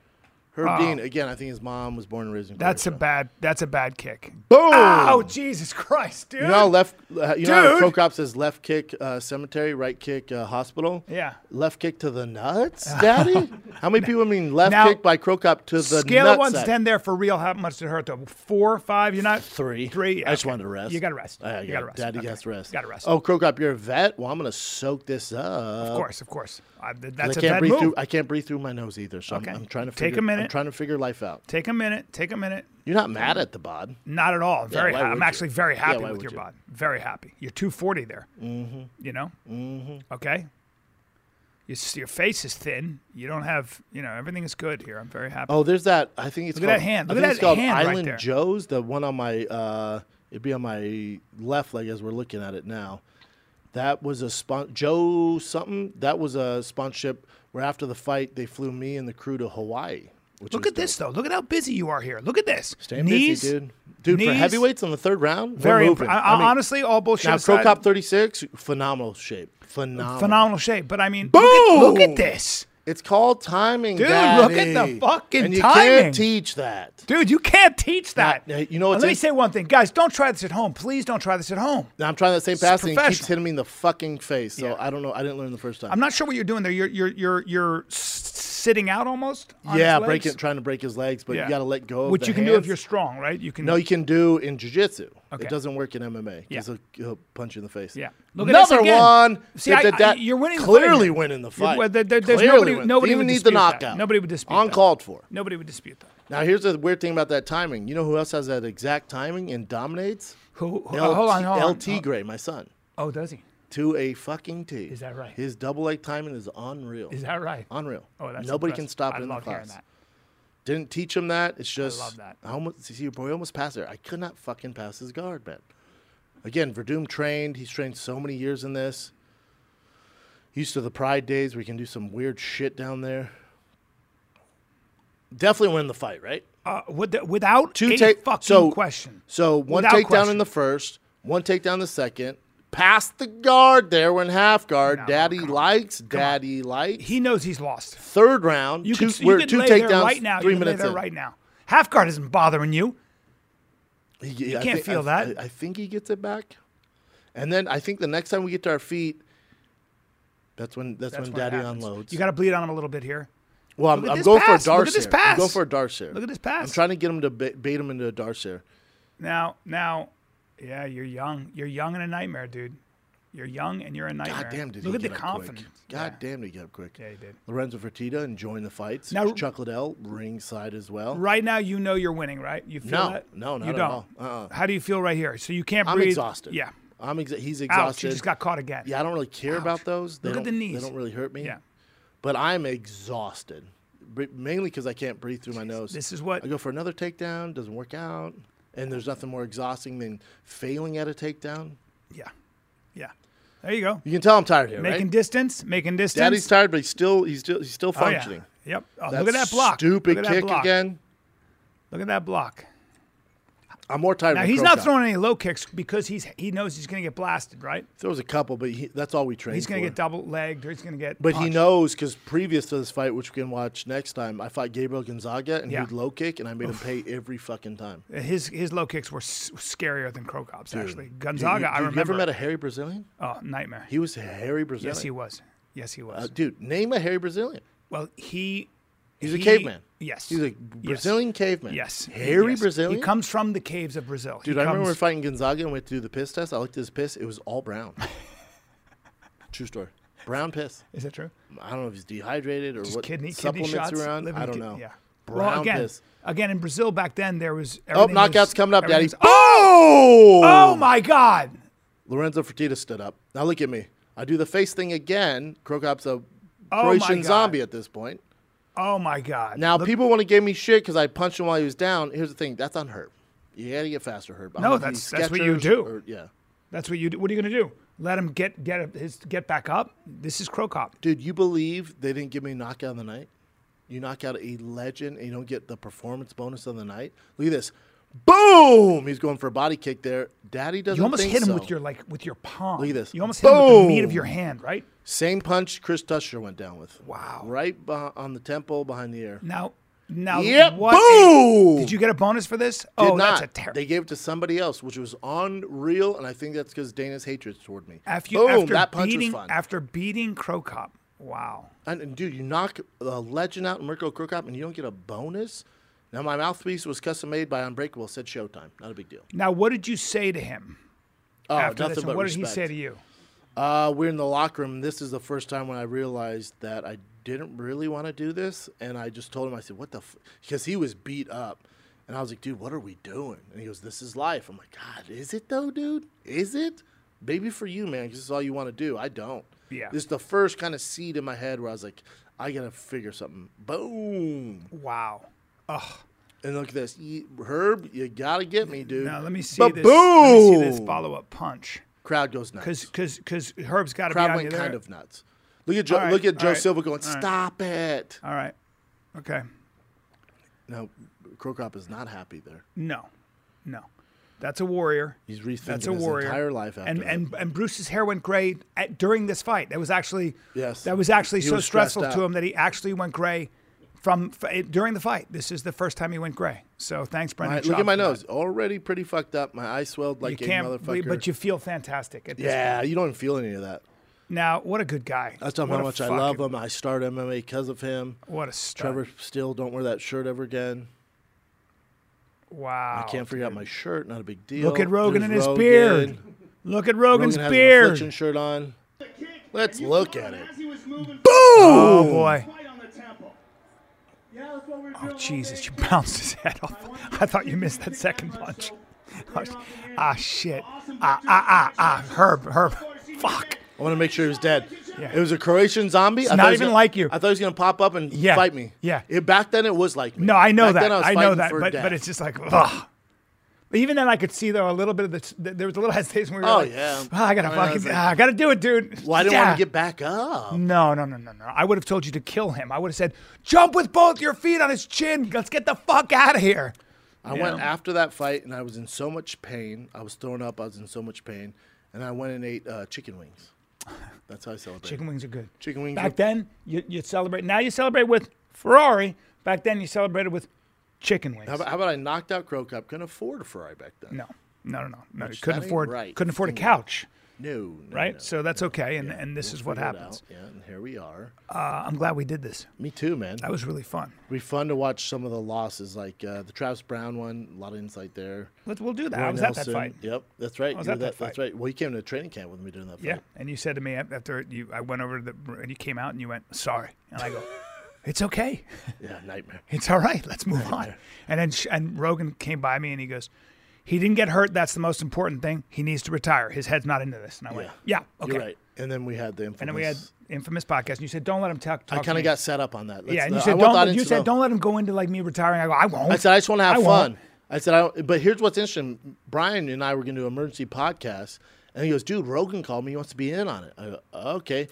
Speaker 3: Herb Dean again. I think his mom was born and raised in.
Speaker 2: Ah. That's a
Speaker 3: Croatia.
Speaker 2: bad. That's a bad kick.
Speaker 3: boom.
Speaker 2: Oh Jesus Christ, dude.
Speaker 3: you know how left. uh, You know how
Speaker 2: Dude.
Speaker 3: Crow Cop says left kick uh, cemetery, right kick uh, hospital.
Speaker 2: Yeah.
Speaker 3: Left kick to the nuts, Daddy. how many people mean left
Speaker 2: Now-
Speaker 3: kick by Crow Cop to the
Speaker 2: Scale
Speaker 3: nuts?
Speaker 2: of one's ten there for real. How much did it hurt though? Four, five? You're not
Speaker 3: Three.
Speaker 2: Three.
Speaker 3: I just
Speaker 2: okay.
Speaker 3: wanted to rest.
Speaker 2: You got to rest.
Speaker 3: I
Speaker 2: you got to rest.
Speaker 3: Daddy
Speaker 2: Okay.
Speaker 3: got to rest.
Speaker 2: Got to rest.
Speaker 3: Oh, Crow Cop, you're a vet. Well, I'm gonna soak this up.
Speaker 2: of course, of course. I, th- that's
Speaker 3: I
Speaker 2: a
Speaker 3: can't
Speaker 2: bad
Speaker 3: breathe
Speaker 2: move.
Speaker 3: through. I can't breathe through my nose either. So
Speaker 2: Okay.
Speaker 3: I'm, I'm trying to
Speaker 2: Take a
Speaker 3: figure, I'm
Speaker 2: minute.
Speaker 3: trying to figure life out.
Speaker 2: take a minute. Take a minute.
Speaker 3: You're not mad at the bod.
Speaker 2: Not at all. I'm very.
Speaker 3: why
Speaker 2: ha-
Speaker 3: would
Speaker 2: I'm
Speaker 3: you?
Speaker 2: actually very happy
Speaker 3: why
Speaker 2: with
Speaker 3: would
Speaker 2: your
Speaker 3: you?
Speaker 2: bod. Very happy. You're 240 there. Mm-hmm. You know. Mm-hmm. Okay. Your, s- your face is thin. You don't have. You know everything is good here. I'm very happy.
Speaker 3: Oh, there's that. I think it's
Speaker 2: Look at
Speaker 3: called,
Speaker 2: that hand.
Speaker 3: I
Speaker 2: Look at
Speaker 3: think it's
Speaker 2: that
Speaker 3: called
Speaker 2: hand right
Speaker 3: Island
Speaker 2: there.
Speaker 3: Joe's. The one on my uh, it'd be on my left leg as we're looking at it now. That was a spon- Joe something. That was a sponsorship where after the fight they flew me and the crew to Hawaii. Which
Speaker 2: Look
Speaker 3: was
Speaker 2: at this though. Look at how busy you are here. Look at this.
Speaker 3: Damn
Speaker 2: Knees,
Speaker 3: busy, dude. Dude, for
Speaker 2: knees-
Speaker 3: heavyweights on the third round,
Speaker 2: Very.
Speaker 3: we're
Speaker 2: imp-
Speaker 3: moving.
Speaker 2: I- I-
Speaker 3: I mean,
Speaker 2: honestly, all bullshit.
Speaker 3: now Crow
Speaker 2: aside,
Speaker 3: Cop 36, phenomenal shape, phenomenal.
Speaker 2: phenomenal shape. But I mean, Look, at, look at
Speaker 3: Boom!
Speaker 2: this,
Speaker 3: It's called timing,
Speaker 2: Dude,
Speaker 3: Daddy.
Speaker 2: look at the fucking
Speaker 3: and you
Speaker 2: timing.
Speaker 3: can't teach that.
Speaker 2: dude. You can't teach that.
Speaker 3: Now, you know what's
Speaker 2: Let me
Speaker 3: in-
Speaker 2: say one thing, guys. Don't try this at home. Please don't try this at home.
Speaker 3: Now I'm trying that same pass and he keeps
Speaker 2: professional.
Speaker 3: hitting me in the fucking face. So
Speaker 2: Yeah.
Speaker 3: I don't know. I didn't learn the first time.
Speaker 2: I'm not sure what you're doing there. You're you're you're you're s- sitting out almost. On
Speaker 3: yeah,
Speaker 2: his
Speaker 3: breaking,
Speaker 2: legs?
Speaker 3: trying to break his legs, but you got to let go. Of
Speaker 2: Which
Speaker 3: the
Speaker 2: you can do if
Speaker 3: hands.
Speaker 2: you're strong, right? You can.
Speaker 3: No, you can do in jujitsu.
Speaker 2: Okay.
Speaker 3: It doesn't work in MMA.
Speaker 2: Yeah.
Speaker 3: because He'll, he'll punch you in the face.
Speaker 2: Yeah. Look at this
Speaker 3: Another
Speaker 2: again.
Speaker 3: one.
Speaker 2: See,
Speaker 3: Da-
Speaker 2: I-
Speaker 3: da-
Speaker 2: I-
Speaker 3: da-
Speaker 2: you're winning the fight
Speaker 3: Clearly
Speaker 2: here.
Speaker 3: winning the
Speaker 2: You're-
Speaker 3: fight.
Speaker 2: well, there- there- there's
Speaker 3: Clearly
Speaker 2: nobody-
Speaker 3: winning.
Speaker 2: nobody
Speaker 3: Didn't
Speaker 2: would
Speaker 3: even need the
Speaker 2: dispute that.
Speaker 3: knockout.
Speaker 2: Nobody would dispute that.
Speaker 3: Uncalled for.
Speaker 2: Nobody would dispute that.
Speaker 3: Now here's the weird thing about that timing. You know who else has that exact timing and dominates?
Speaker 2: Who? who
Speaker 3: LT
Speaker 2: oh, hold on, hold on.
Speaker 3: LT Gray, my son.
Speaker 2: Oh, does he?
Speaker 3: to a fucking T.
Speaker 2: Is that right?
Speaker 3: His double leg timing is unreal.
Speaker 2: Is that right?
Speaker 3: unreal?
Speaker 2: Oh, that's
Speaker 3: nobody can
Speaker 2: impressive.
Speaker 3: stop it
Speaker 2: I
Speaker 3: in
Speaker 2: love
Speaker 3: the
Speaker 2: hearing
Speaker 3: class.
Speaker 2: that.
Speaker 3: Didn't teach him that. It's just
Speaker 2: love that.
Speaker 3: I almost see your boy almost passed there. I could not fucking pass his guard, man. Again, Verdum trained. He's trained so many years in this. Used to the Pride days. We can do some weird shit down there. Definitely win the fight, right?
Speaker 2: Uh, with the, without
Speaker 3: Two
Speaker 2: a
Speaker 3: take-
Speaker 2: fucking
Speaker 3: so-
Speaker 2: question.
Speaker 3: So one
Speaker 2: Without
Speaker 3: takedown
Speaker 2: question.
Speaker 3: in the first, one takedown in the second. Past the guard there, when half guard.
Speaker 2: No,
Speaker 3: daddy
Speaker 2: come on.
Speaker 3: likes, daddy likes.
Speaker 2: He knows he's lost.
Speaker 3: Third round,
Speaker 2: You
Speaker 3: two,
Speaker 2: could,
Speaker 3: we're
Speaker 2: you could
Speaker 3: two
Speaker 2: lay
Speaker 3: takedowns,
Speaker 2: there right now.
Speaker 3: three
Speaker 2: you could lay
Speaker 3: minutes
Speaker 2: there
Speaker 3: in.
Speaker 2: right now. Half guard isn't bothering you.
Speaker 3: He- I
Speaker 2: can't
Speaker 3: thi-
Speaker 2: feel
Speaker 3: I-
Speaker 2: that.
Speaker 3: I, I think he gets it back. And then I think the next time we get to our feet, that's when that's,
Speaker 2: That's
Speaker 3: when
Speaker 2: what
Speaker 3: daddy
Speaker 2: happens.
Speaker 3: unloads.
Speaker 2: You got to bleed on him a little bit here.
Speaker 3: well, I'm,
Speaker 2: look at
Speaker 3: I'm
Speaker 2: this
Speaker 3: going
Speaker 2: pass,
Speaker 3: for a
Speaker 2: look
Speaker 3: Darce
Speaker 2: at this
Speaker 3: here. I'm going
Speaker 2: pass.
Speaker 3: for a Darce here.
Speaker 2: Look at this
Speaker 3: I'm
Speaker 2: pass.
Speaker 3: trying to get him to ba- bait him into a Darce here.
Speaker 2: Now, now, yeah, you're young. You're young and a nightmare, dude. You're young and you're a nightmare.
Speaker 3: God damn, did
Speaker 2: Look
Speaker 3: he
Speaker 2: at the
Speaker 3: get up quick.
Speaker 2: confidence.
Speaker 3: God
Speaker 2: yeah.
Speaker 3: damn, did he get up quick.
Speaker 2: Yeah, he did.
Speaker 3: Lorenzo Fertitta enjoying the fights.
Speaker 2: Now-
Speaker 3: Chuck Liddell ringside as well.
Speaker 2: Right now, you know you're winning, right? You feel
Speaker 3: No,
Speaker 2: that?
Speaker 3: no, not
Speaker 2: you
Speaker 3: at
Speaker 2: don't.
Speaker 3: all. Uh-uh.
Speaker 2: How do you feel right here? So you can't
Speaker 3: I'm
Speaker 2: breathe.
Speaker 3: exhausted.
Speaker 2: Yeah.
Speaker 3: I'm exa- he's
Speaker 2: Ouch!
Speaker 3: exhausted.
Speaker 2: You just got caught again.
Speaker 3: yeah, I don't really care about those. They
Speaker 2: Look at
Speaker 3: don't-
Speaker 2: the knees.
Speaker 3: They don't really hurt me.
Speaker 2: Yeah.
Speaker 3: But I'm exhausted, br- mainly because I can't breathe through my nose.
Speaker 2: This is what
Speaker 3: I go for another takedown, doesn't work out. And there's nothing more exhausting than failing at a takedown.
Speaker 2: Yeah. Yeah. There you go.
Speaker 3: You can tell I'm tired here,
Speaker 2: Making
Speaker 3: right?
Speaker 2: distance, making distance.
Speaker 3: Daddy's tired, but he's still he's still he's still
Speaker 2: Oh, yeah.
Speaker 3: functioning.
Speaker 2: Yep. Oh,
Speaker 3: That
Speaker 2: look at that block.
Speaker 3: Stupid
Speaker 2: Look at that
Speaker 3: kick
Speaker 2: block.
Speaker 3: again.
Speaker 2: Look at that block.
Speaker 3: I'm more tired.
Speaker 2: Now
Speaker 3: of
Speaker 2: he's
Speaker 3: Crow
Speaker 2: not
Speaker 3: Cop.
Speaker 2: throwing any low kicks because he's he knows he's going to get blasted, right?
Speaker 3: Throws a couple, but he, that's all we train.
Speaker 2: He's going
Speaker 3: for.
Speaker 2: to get double legged or he's going to get.
Speaker 3: But he
Speaker 2: punched.
Speaker 3: knows because previous to this fight, which we can watch next time, I fought Gabriel Gonzaga and
Speaker 2: Yeah.
Speaker 3: he'd low kick, and I made him pay every fucking time.
Speaker 2: Uh, his his low kicks were s- scarier than Crow Cop's actually.
Speaker 3: You-
Speaker 2: Gonzaga,
Speaker 3: you,
Speaker 2: I
Speaker 3: You ever
Speaker 2: remember.
Speaker 3: met a hairy Brazilian?
Speaker 2: oh, nightmare.
Speaker 3: He was a hairy Brazilian.
Speaker 2: yes, he was. Yes, he was.
Speaker 3: Uh, dude, name a hairy Brazilian.
Speaker 2: well, he.
Speaker 3: He's a
Speaker 2: he-
Speaker 3: caveman.
Speaker 2: Yes.
Speaker 3: He's a Brazilian caveman.
Speaker 2: Yes.
Speaker 3: Hairy
Speaker 2: yes.
Speaker 3: Brazilian.
Speaker 2: He comes from the caves of Brazil. He
Speaker 3: Dude, I remember
Speaker 2: comes-
Speaker 3: when fighting Gonzaga and went through the piss test. I looked at his piss; it was all brown. True story. Brown piss.
Speaker 2: Is that true?
Speaker 3: I don't know if he's dehydrated or what
Speaker 2: kidney kidney
Speaker 3: supplements
Speaker 2: shots.
Speaker 3: are on.
Speaker 2: living
Speaker 3: I don't
Speaker 2: kid-
Speaker 3: know.
Speaker 2: Yeah.
Speaker 3: Brown
Speaker 2: well, again,
Speaker 3: piss.
Speaker 2: again in Brazil back then there was.
Speaker 3: Oh,
Speaker 2: everything
Speaker 3: knockouts
Speaker 2: was-
Speaker 3: coming up, Daddy.
Speaker 2: everything was-
Speaker 3: oh!
Speaker 2: Oh my God!
Speaker 3: Lorenzo Fertitta stood up. Now look at me. I do the face thing again. Krokop's a
Speaker 2: Oh my
Speaker 3: Croatian
Speaker 2: God.
Speaker 3: zombie at this point.
Speaker 2: Oh my God!
Speaker 3: Now people want to give me shit because I punched him while he was down. Here's the thing. That's on Herb. You got to get faster, Herb. I don't
Speaker 2: No,
Speaker 3: know if
Speaker 2: that's-
Speaker 3: he's
Speaker 2: that's what you
Speaker 3: Skechers
Speaker 2: do.
Speaker 3: or- yeah.
Speaker 2: That's what you. do. What are you going to do? Let him get get his get back up. This is Crow Cop.
Speaker 3: Dude, you believe they didn't give me a knockout of the night? You knock out a legend and you don't get the performance bonus of the night? Look at this. Boom! He's going for a body kick there. Daddy doesn't
Speaker 2: You almost
Speaker 3: think
Speaker 2: hit him
Speaker 3: so.
Speaker 2: with your like with your palm.
Speaker 3: Look at this.
Speaker 2: You almost hit him with the meat of
Speaker 3: Boom.
Speaker 2: your hand, right?
Speaker 3: Same punch Chris Tusher went down with.
Speaker 2: Wow.
Speaker 3: Right beh- on the temple behind the ear.
Speaker 2: Now, now,
Speaker 3: Yep.
Speaker 2: what? a-
Speaker 3: Boom!
Speaker 2: did you get a bonus for this?
Speaker 3: Did
Speaker 2: oh, that's
Speaker 3: not.
Speaker 2: a terrible.
Speaker 3: They gave it to somebody else, which was unreal, and I think that's because Dana's hatred toward me.
Speaker 2: After, you-
Speaker 3: Boom!
Speaker 2: after
Speaker 3: that punch
Speaker 2: beating,
Speaker 3: was fun.
Speaker 2: After beating Crow Cop. Wow.
Speaker 3: And, and dude, you knock a legend out, Mirko Krokop, and you don't get a bonus. Now my mouthpiece was custom made by Unbreakable. Said Showtime. Not a big deal.
Speaker 2: Now, what did you say to him
Speaker 3: Oh,
Speaker 2: after
Speaker 3: nothing
Speaker 2: this?
Speaker 3: but
Speaker 2: And what did he
Speaker 3: respect.
Speaker 2: say to you?
Speaker 3: Uh, we're in the locker room. This is the first time when I realized that I didn't really want to do this, and I just told him, I said, "What the?" Because he was beat up, and I was like, "Dude, what are we doing?" And he goes, "This is life." I'm like, "God, is it though, dude? Is it? Maybe for you, man, 'cause this is all you want to do. I don't.
Speaker 2: Yeah.
Speaker 3: This is the first kind of seed in my head where I was like, I gotta figure something. Boom.
Speaker 2: Wow.
Speaker 3: And look at this, Ye- Herb. You gotta get me, dude.
Speaker 2: Now let me see
Speaker 3: But
Speaker 2: this. Let me see this
Speaker 3: boom!
Speaker 2: follow up punch.
Speaker 3: Crowd goes nuts.
Speaker 2: Because because because Herb's got to be
Speaker 3: crowd
Speaker 2: on
Speaker 3: went
Speaker 2: you there.
Speaker 3: kind of nuts. Look at Joe,
Speaker 2: All right,
Speaker 3: look at
Speaker 2: all
Speaker 3: Joe
Speaker 2: right,
Speaker 3: Silva going,
Speaker 2: all right.
Speaker 3: "Stop it!"
Speaker 2: All right. Okay.
Speaker 3: No, Krokop is not happy there.
Speaker 2: No. No. That's a warrior.
Speaker 3: He's rethinking
Speaker 2: That's a
Speaker 3: his
Speaker 2: warrior.
Speaker 3: entire life after
Speaker 2: and
Speaker 3: that.
Speaker 2: and and Bruce's hair went gray at, during this fight. That was actually
Speaker 3: Yes.
Speaker 2: That was actually
Speaker 3: He
Speaker 2: so
Speaker 3: was stressed
Speaker 2: stressful
Speaker 3: out.
Speaker 2: to him that he actually went gray from f- it- during the fight. This is the first time he went gray. So thanks,
Speaker 3: All
Speaker 2: Brendan.
Speaker 3: right, look
Speaker 2: Schaub,
Speaker 3: at my
Speaker 2: for that.
Speaker 3: nose, already pretty fucked up. My eye swelled
Speaker 2: You
Speaker 3: like a
Speaker 2: can't,
Speaker 3: motherfucker.
Speaker 2: believe, but you feel fantastic. At this
Speaker 3: yeah, you don't even feel any of that.
Speaker 2: Now, what a good guy.
Speaker 3: That's how
Speaker 2: What a
Speaker 3: much I
Speaker 2: fucking-
Speaker 3: love him. I started MMA because of him.
Speaker 2: What a stud.
Speaker 3: Trevor still don't wear that shirt ever again.
Speaker 2: Wow.
Speaker 3: I can't figure out my shirt. Not a big deal.
Speaker 2: Oh, Look at Rogan
Speaker 3: There's
Speaker 2: and his
Speaker 3: Rogan.
Speaker 2: beard. Look at Rogan's
Speaker 3: Rogan has an
Speaker 2: beard.
Speaker 3: affliction shirt on. Let's look at it.
Speaker 4: Boom!
Speaker 2: Oh boy.
Speaker 4: Oh
Speaker 2: Oh, Jesus, you bounced his head off. I thought you missed that second punch. Ah, shit. Ah, ah, ah, ah. Herb, Herb. Fuck.
Speaker 3: I want to make sure he was dead.
Speaker 2: Yeah.
Speaker 3: It was a Croatian zombie. I
Speaker 2: not
Speaker 3: thought he was
Speaker 2: even
Speaker 3: gonna-
Speaker 2: like you.
Speaker 3: I thought he was gonna pop up and
Speaker 2: Yeah.
Speaker 3: fight me.
Speaker 2: Yeah.
Speaker 3: It, back then it was like me.
Speaker 2: No, I know
Speaker 3: Back
Speaker 2: that.
Speaker 3: then was
Speaker 2: I know
Speaker 3: fighting
Speaker 2: that.
Speaker 3: for
Speaker 2: But,
Speaker 3: death.
Speaker 2: but it's just like, ugh. But even then, I could see though a little bit of the. t- th- There was a little hesitation. Where we were
Speaker 3: Oh,
Speaker 2: like,
Speaker 3: yeah.
Speaker 2: "Ah, I gotta
Speaker 3: I know,
Speaker 2: fucking.
Speaker 3: it's like-
Speaker 2: ah, I gotta do it, dude.
Speaker 3: well, I didn't
Speaker 2: Yeah.
Speaker 3: want to get back up.
Speaker 2: No, no, no, no, no. I would have told you to kill him. I would have said, jump with both your feet on his chin. Let's get the fuck out of here.
Speaker 3: I went after that fight and I was in so much pain. I was thrown up. I was in so much pain, and I went and ate uh, chicken wings. That's how I celebrate.
Speaker 2: Chicken wings are good.
Speaker 3: Chicken wings
Speaker 2: Back
Speaker 3: are-
Speaker 2: then, you you celebrate. Now you celebrate with Ferrari. Back then, you celebrated with chicken wings.
Speaker 3: How, about, how about I knocked out Crow Cup? Couldn't afford a Ferrari back then.
Speaker 2: no, no, no, no. no. You
Speaker 3: Which
Speaker 2: couldn't
Speaker 3: that ain't
Speaker 2: afford.
Speaker 3: right.
Speaker 2: Couldn't afford a
Speaker 3: Ain't right.
Speaker 2: couch,
Speaker 3: No. no,
Speaker 2: right?
Speaker 3: no.
Speaker 2: so that's okay. And and this is what
Speaker 3: Figured it
Speaker 2: happens.
Speaker 3: out. Yeah, and here we are.
Speaker 2: Uh, I'm glad we did this.
Speaker 3: Me too, man.
Speaker 2: That was really fun.
Speaker 3: It'd be fun to watch some of the losses, like uh, the Travis Brown one. A lot of insight there.
Speaker 2: Let's, we'll do that. I
Speaker 3: Roy
Speaker 2: was at that
Speaker 3: Nelson.
Speaker 2: fight.
Speaker 3: Yep, that's right.
Speaker 2: was
Speaker 3: You
Speaker 2: at
Speaker 3: were
Speaker 2: that
Speaker 3: that- That's
Speaker 2: fight.
Speaker 3: right. Well, you came to the training camp with me during that fight.
Speaker 2: Yeah. And you said to me af- after you, I went over to the, and you came out and you went, sorry. And I go, it's okay.
Speaker 3: Yeah, nightmare.
Speaker 2: It's all right. Let's move on. And then sh- and Rogan came by me and he goes, he didn't get hurt. That's the most important thing. He needs to retire. His head's not into this. And I went, yeah, okay.
Speaker 3: You're right. And then we had the infamous.
Speaker 2: And then we had infamous podcast. And you said, don't let him talk. talk
Speaker 3: I
Speaker 2: to
Speaker 3: kind
Speaker 2: me."
Speaker 3: of got set up on that. That's
Speaker 2: Yeah, and you
Speaker 3: the- I
Speaker 2: said,
Speaker 3: want the
Speaker 2: don't.
Speaker 3: audience
Speaker 2: You
Speaker 3: to
Speaker 2: said,
Speaker 3: know.
Speaker 2: don't let him go into like me retiring. I go, I won't.
Speaker 3: I said I just want to have
Speaker 2: I
Speaker 3: fun.
Speaker 2: won't.
Speaker 3: I said, I don't, but here's what's interesting. Brian and I were going to do an emergency podcast, and he goes, "Dude, Rogan called me. He wants to be in on it." I go, "Okay."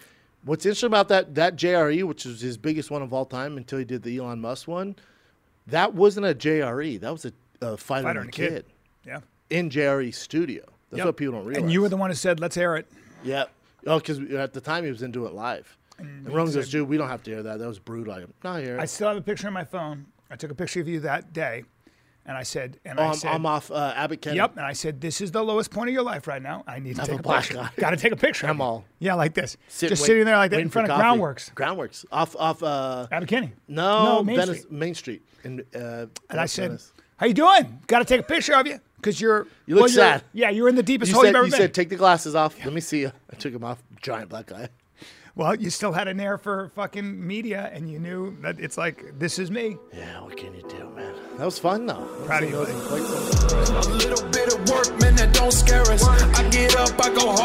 Speaker 3: What's interesting about that that JRE, which was his biggest one of all time until E. he did the Elon Musk one, that wasn't a JRE. That was a, a fighter, and a kid.
Speaker 2: Yeah.
Speaker 3: in Jerry's studio. That's
Speaker 2: Yep.
Speaker 3: what people don't realize.
Speaker 2: And you were the one who said, let's air it.
Speaker 3: yeah. Oh, because at the time he was into it live. And Roman goes, dude, we don't have to hear that. That was brutal. I'm not here.
Speaker 2: I still have a picture on my phone. I took a picture of you that day. And I said, and I
Speaker 3: I'm,
Speaker 2: said,
Speaker 3: I'm off uh, Abbott Kennedy.
Speaker 2: Yep. And I said, this is the lowest point of your life right now. I need to
Speaker 3: I'm
Speaker 2: take
Speaker 3: a
Speaker 2: a,
Speaker 3: black
Speaker 2: picture.
Speaker 3: guy.
Speaker 2: Got to take a picture.
Speaker 3: I'm all-
Speaker 2: Yeah, like this.
Speaker 3: Sit-
Speaker 2: Just
Speaker 3: wait-
Speaker 2: sitting there like that
Speaker 3: waiting
Speaker 2: in
Speaker 3: for
Speaker 2: front of
Speaker 3: coffee.
Speaker 2: Groundworks.
Speaker 3: Groundworks. Off, off, uh,
Speaker 2: Out of Kenny.
Speaker 3: no,
Speaker 2: Main
Speaker 3: Venice,
Speaker 2: Street.
Speaker 3: Main Street. In, uh,
Speaker 2: And I said,
Speaker 3: Venice.
Speaker 2: how you doing? Got to take a picture of you because you're.
Speaker 3: You look
Speaker 2: well, you're-
Speaker 3: sad.
Speaker 2: Yeah, you're in the deepest
Speaker 3: you
Speaker 2: hole
Speaker 3: said,
Speaker 2: you've ever
Speaker 3: you
Speaker 2: been.
Speaker 3: said, take the glasses off. Let me see you. I took them off. Giant black eye.
Speaker 2: well, you still had an air for fucking media, and you knew that it's like this is me.
Speaker 3: Yeah, what can you do, man? That was fun, though.
Speaker 2: Proud of you,
Speaker 3: That was-
Speaker 1: A little bit of work, man, that don't scare us. I get up, I go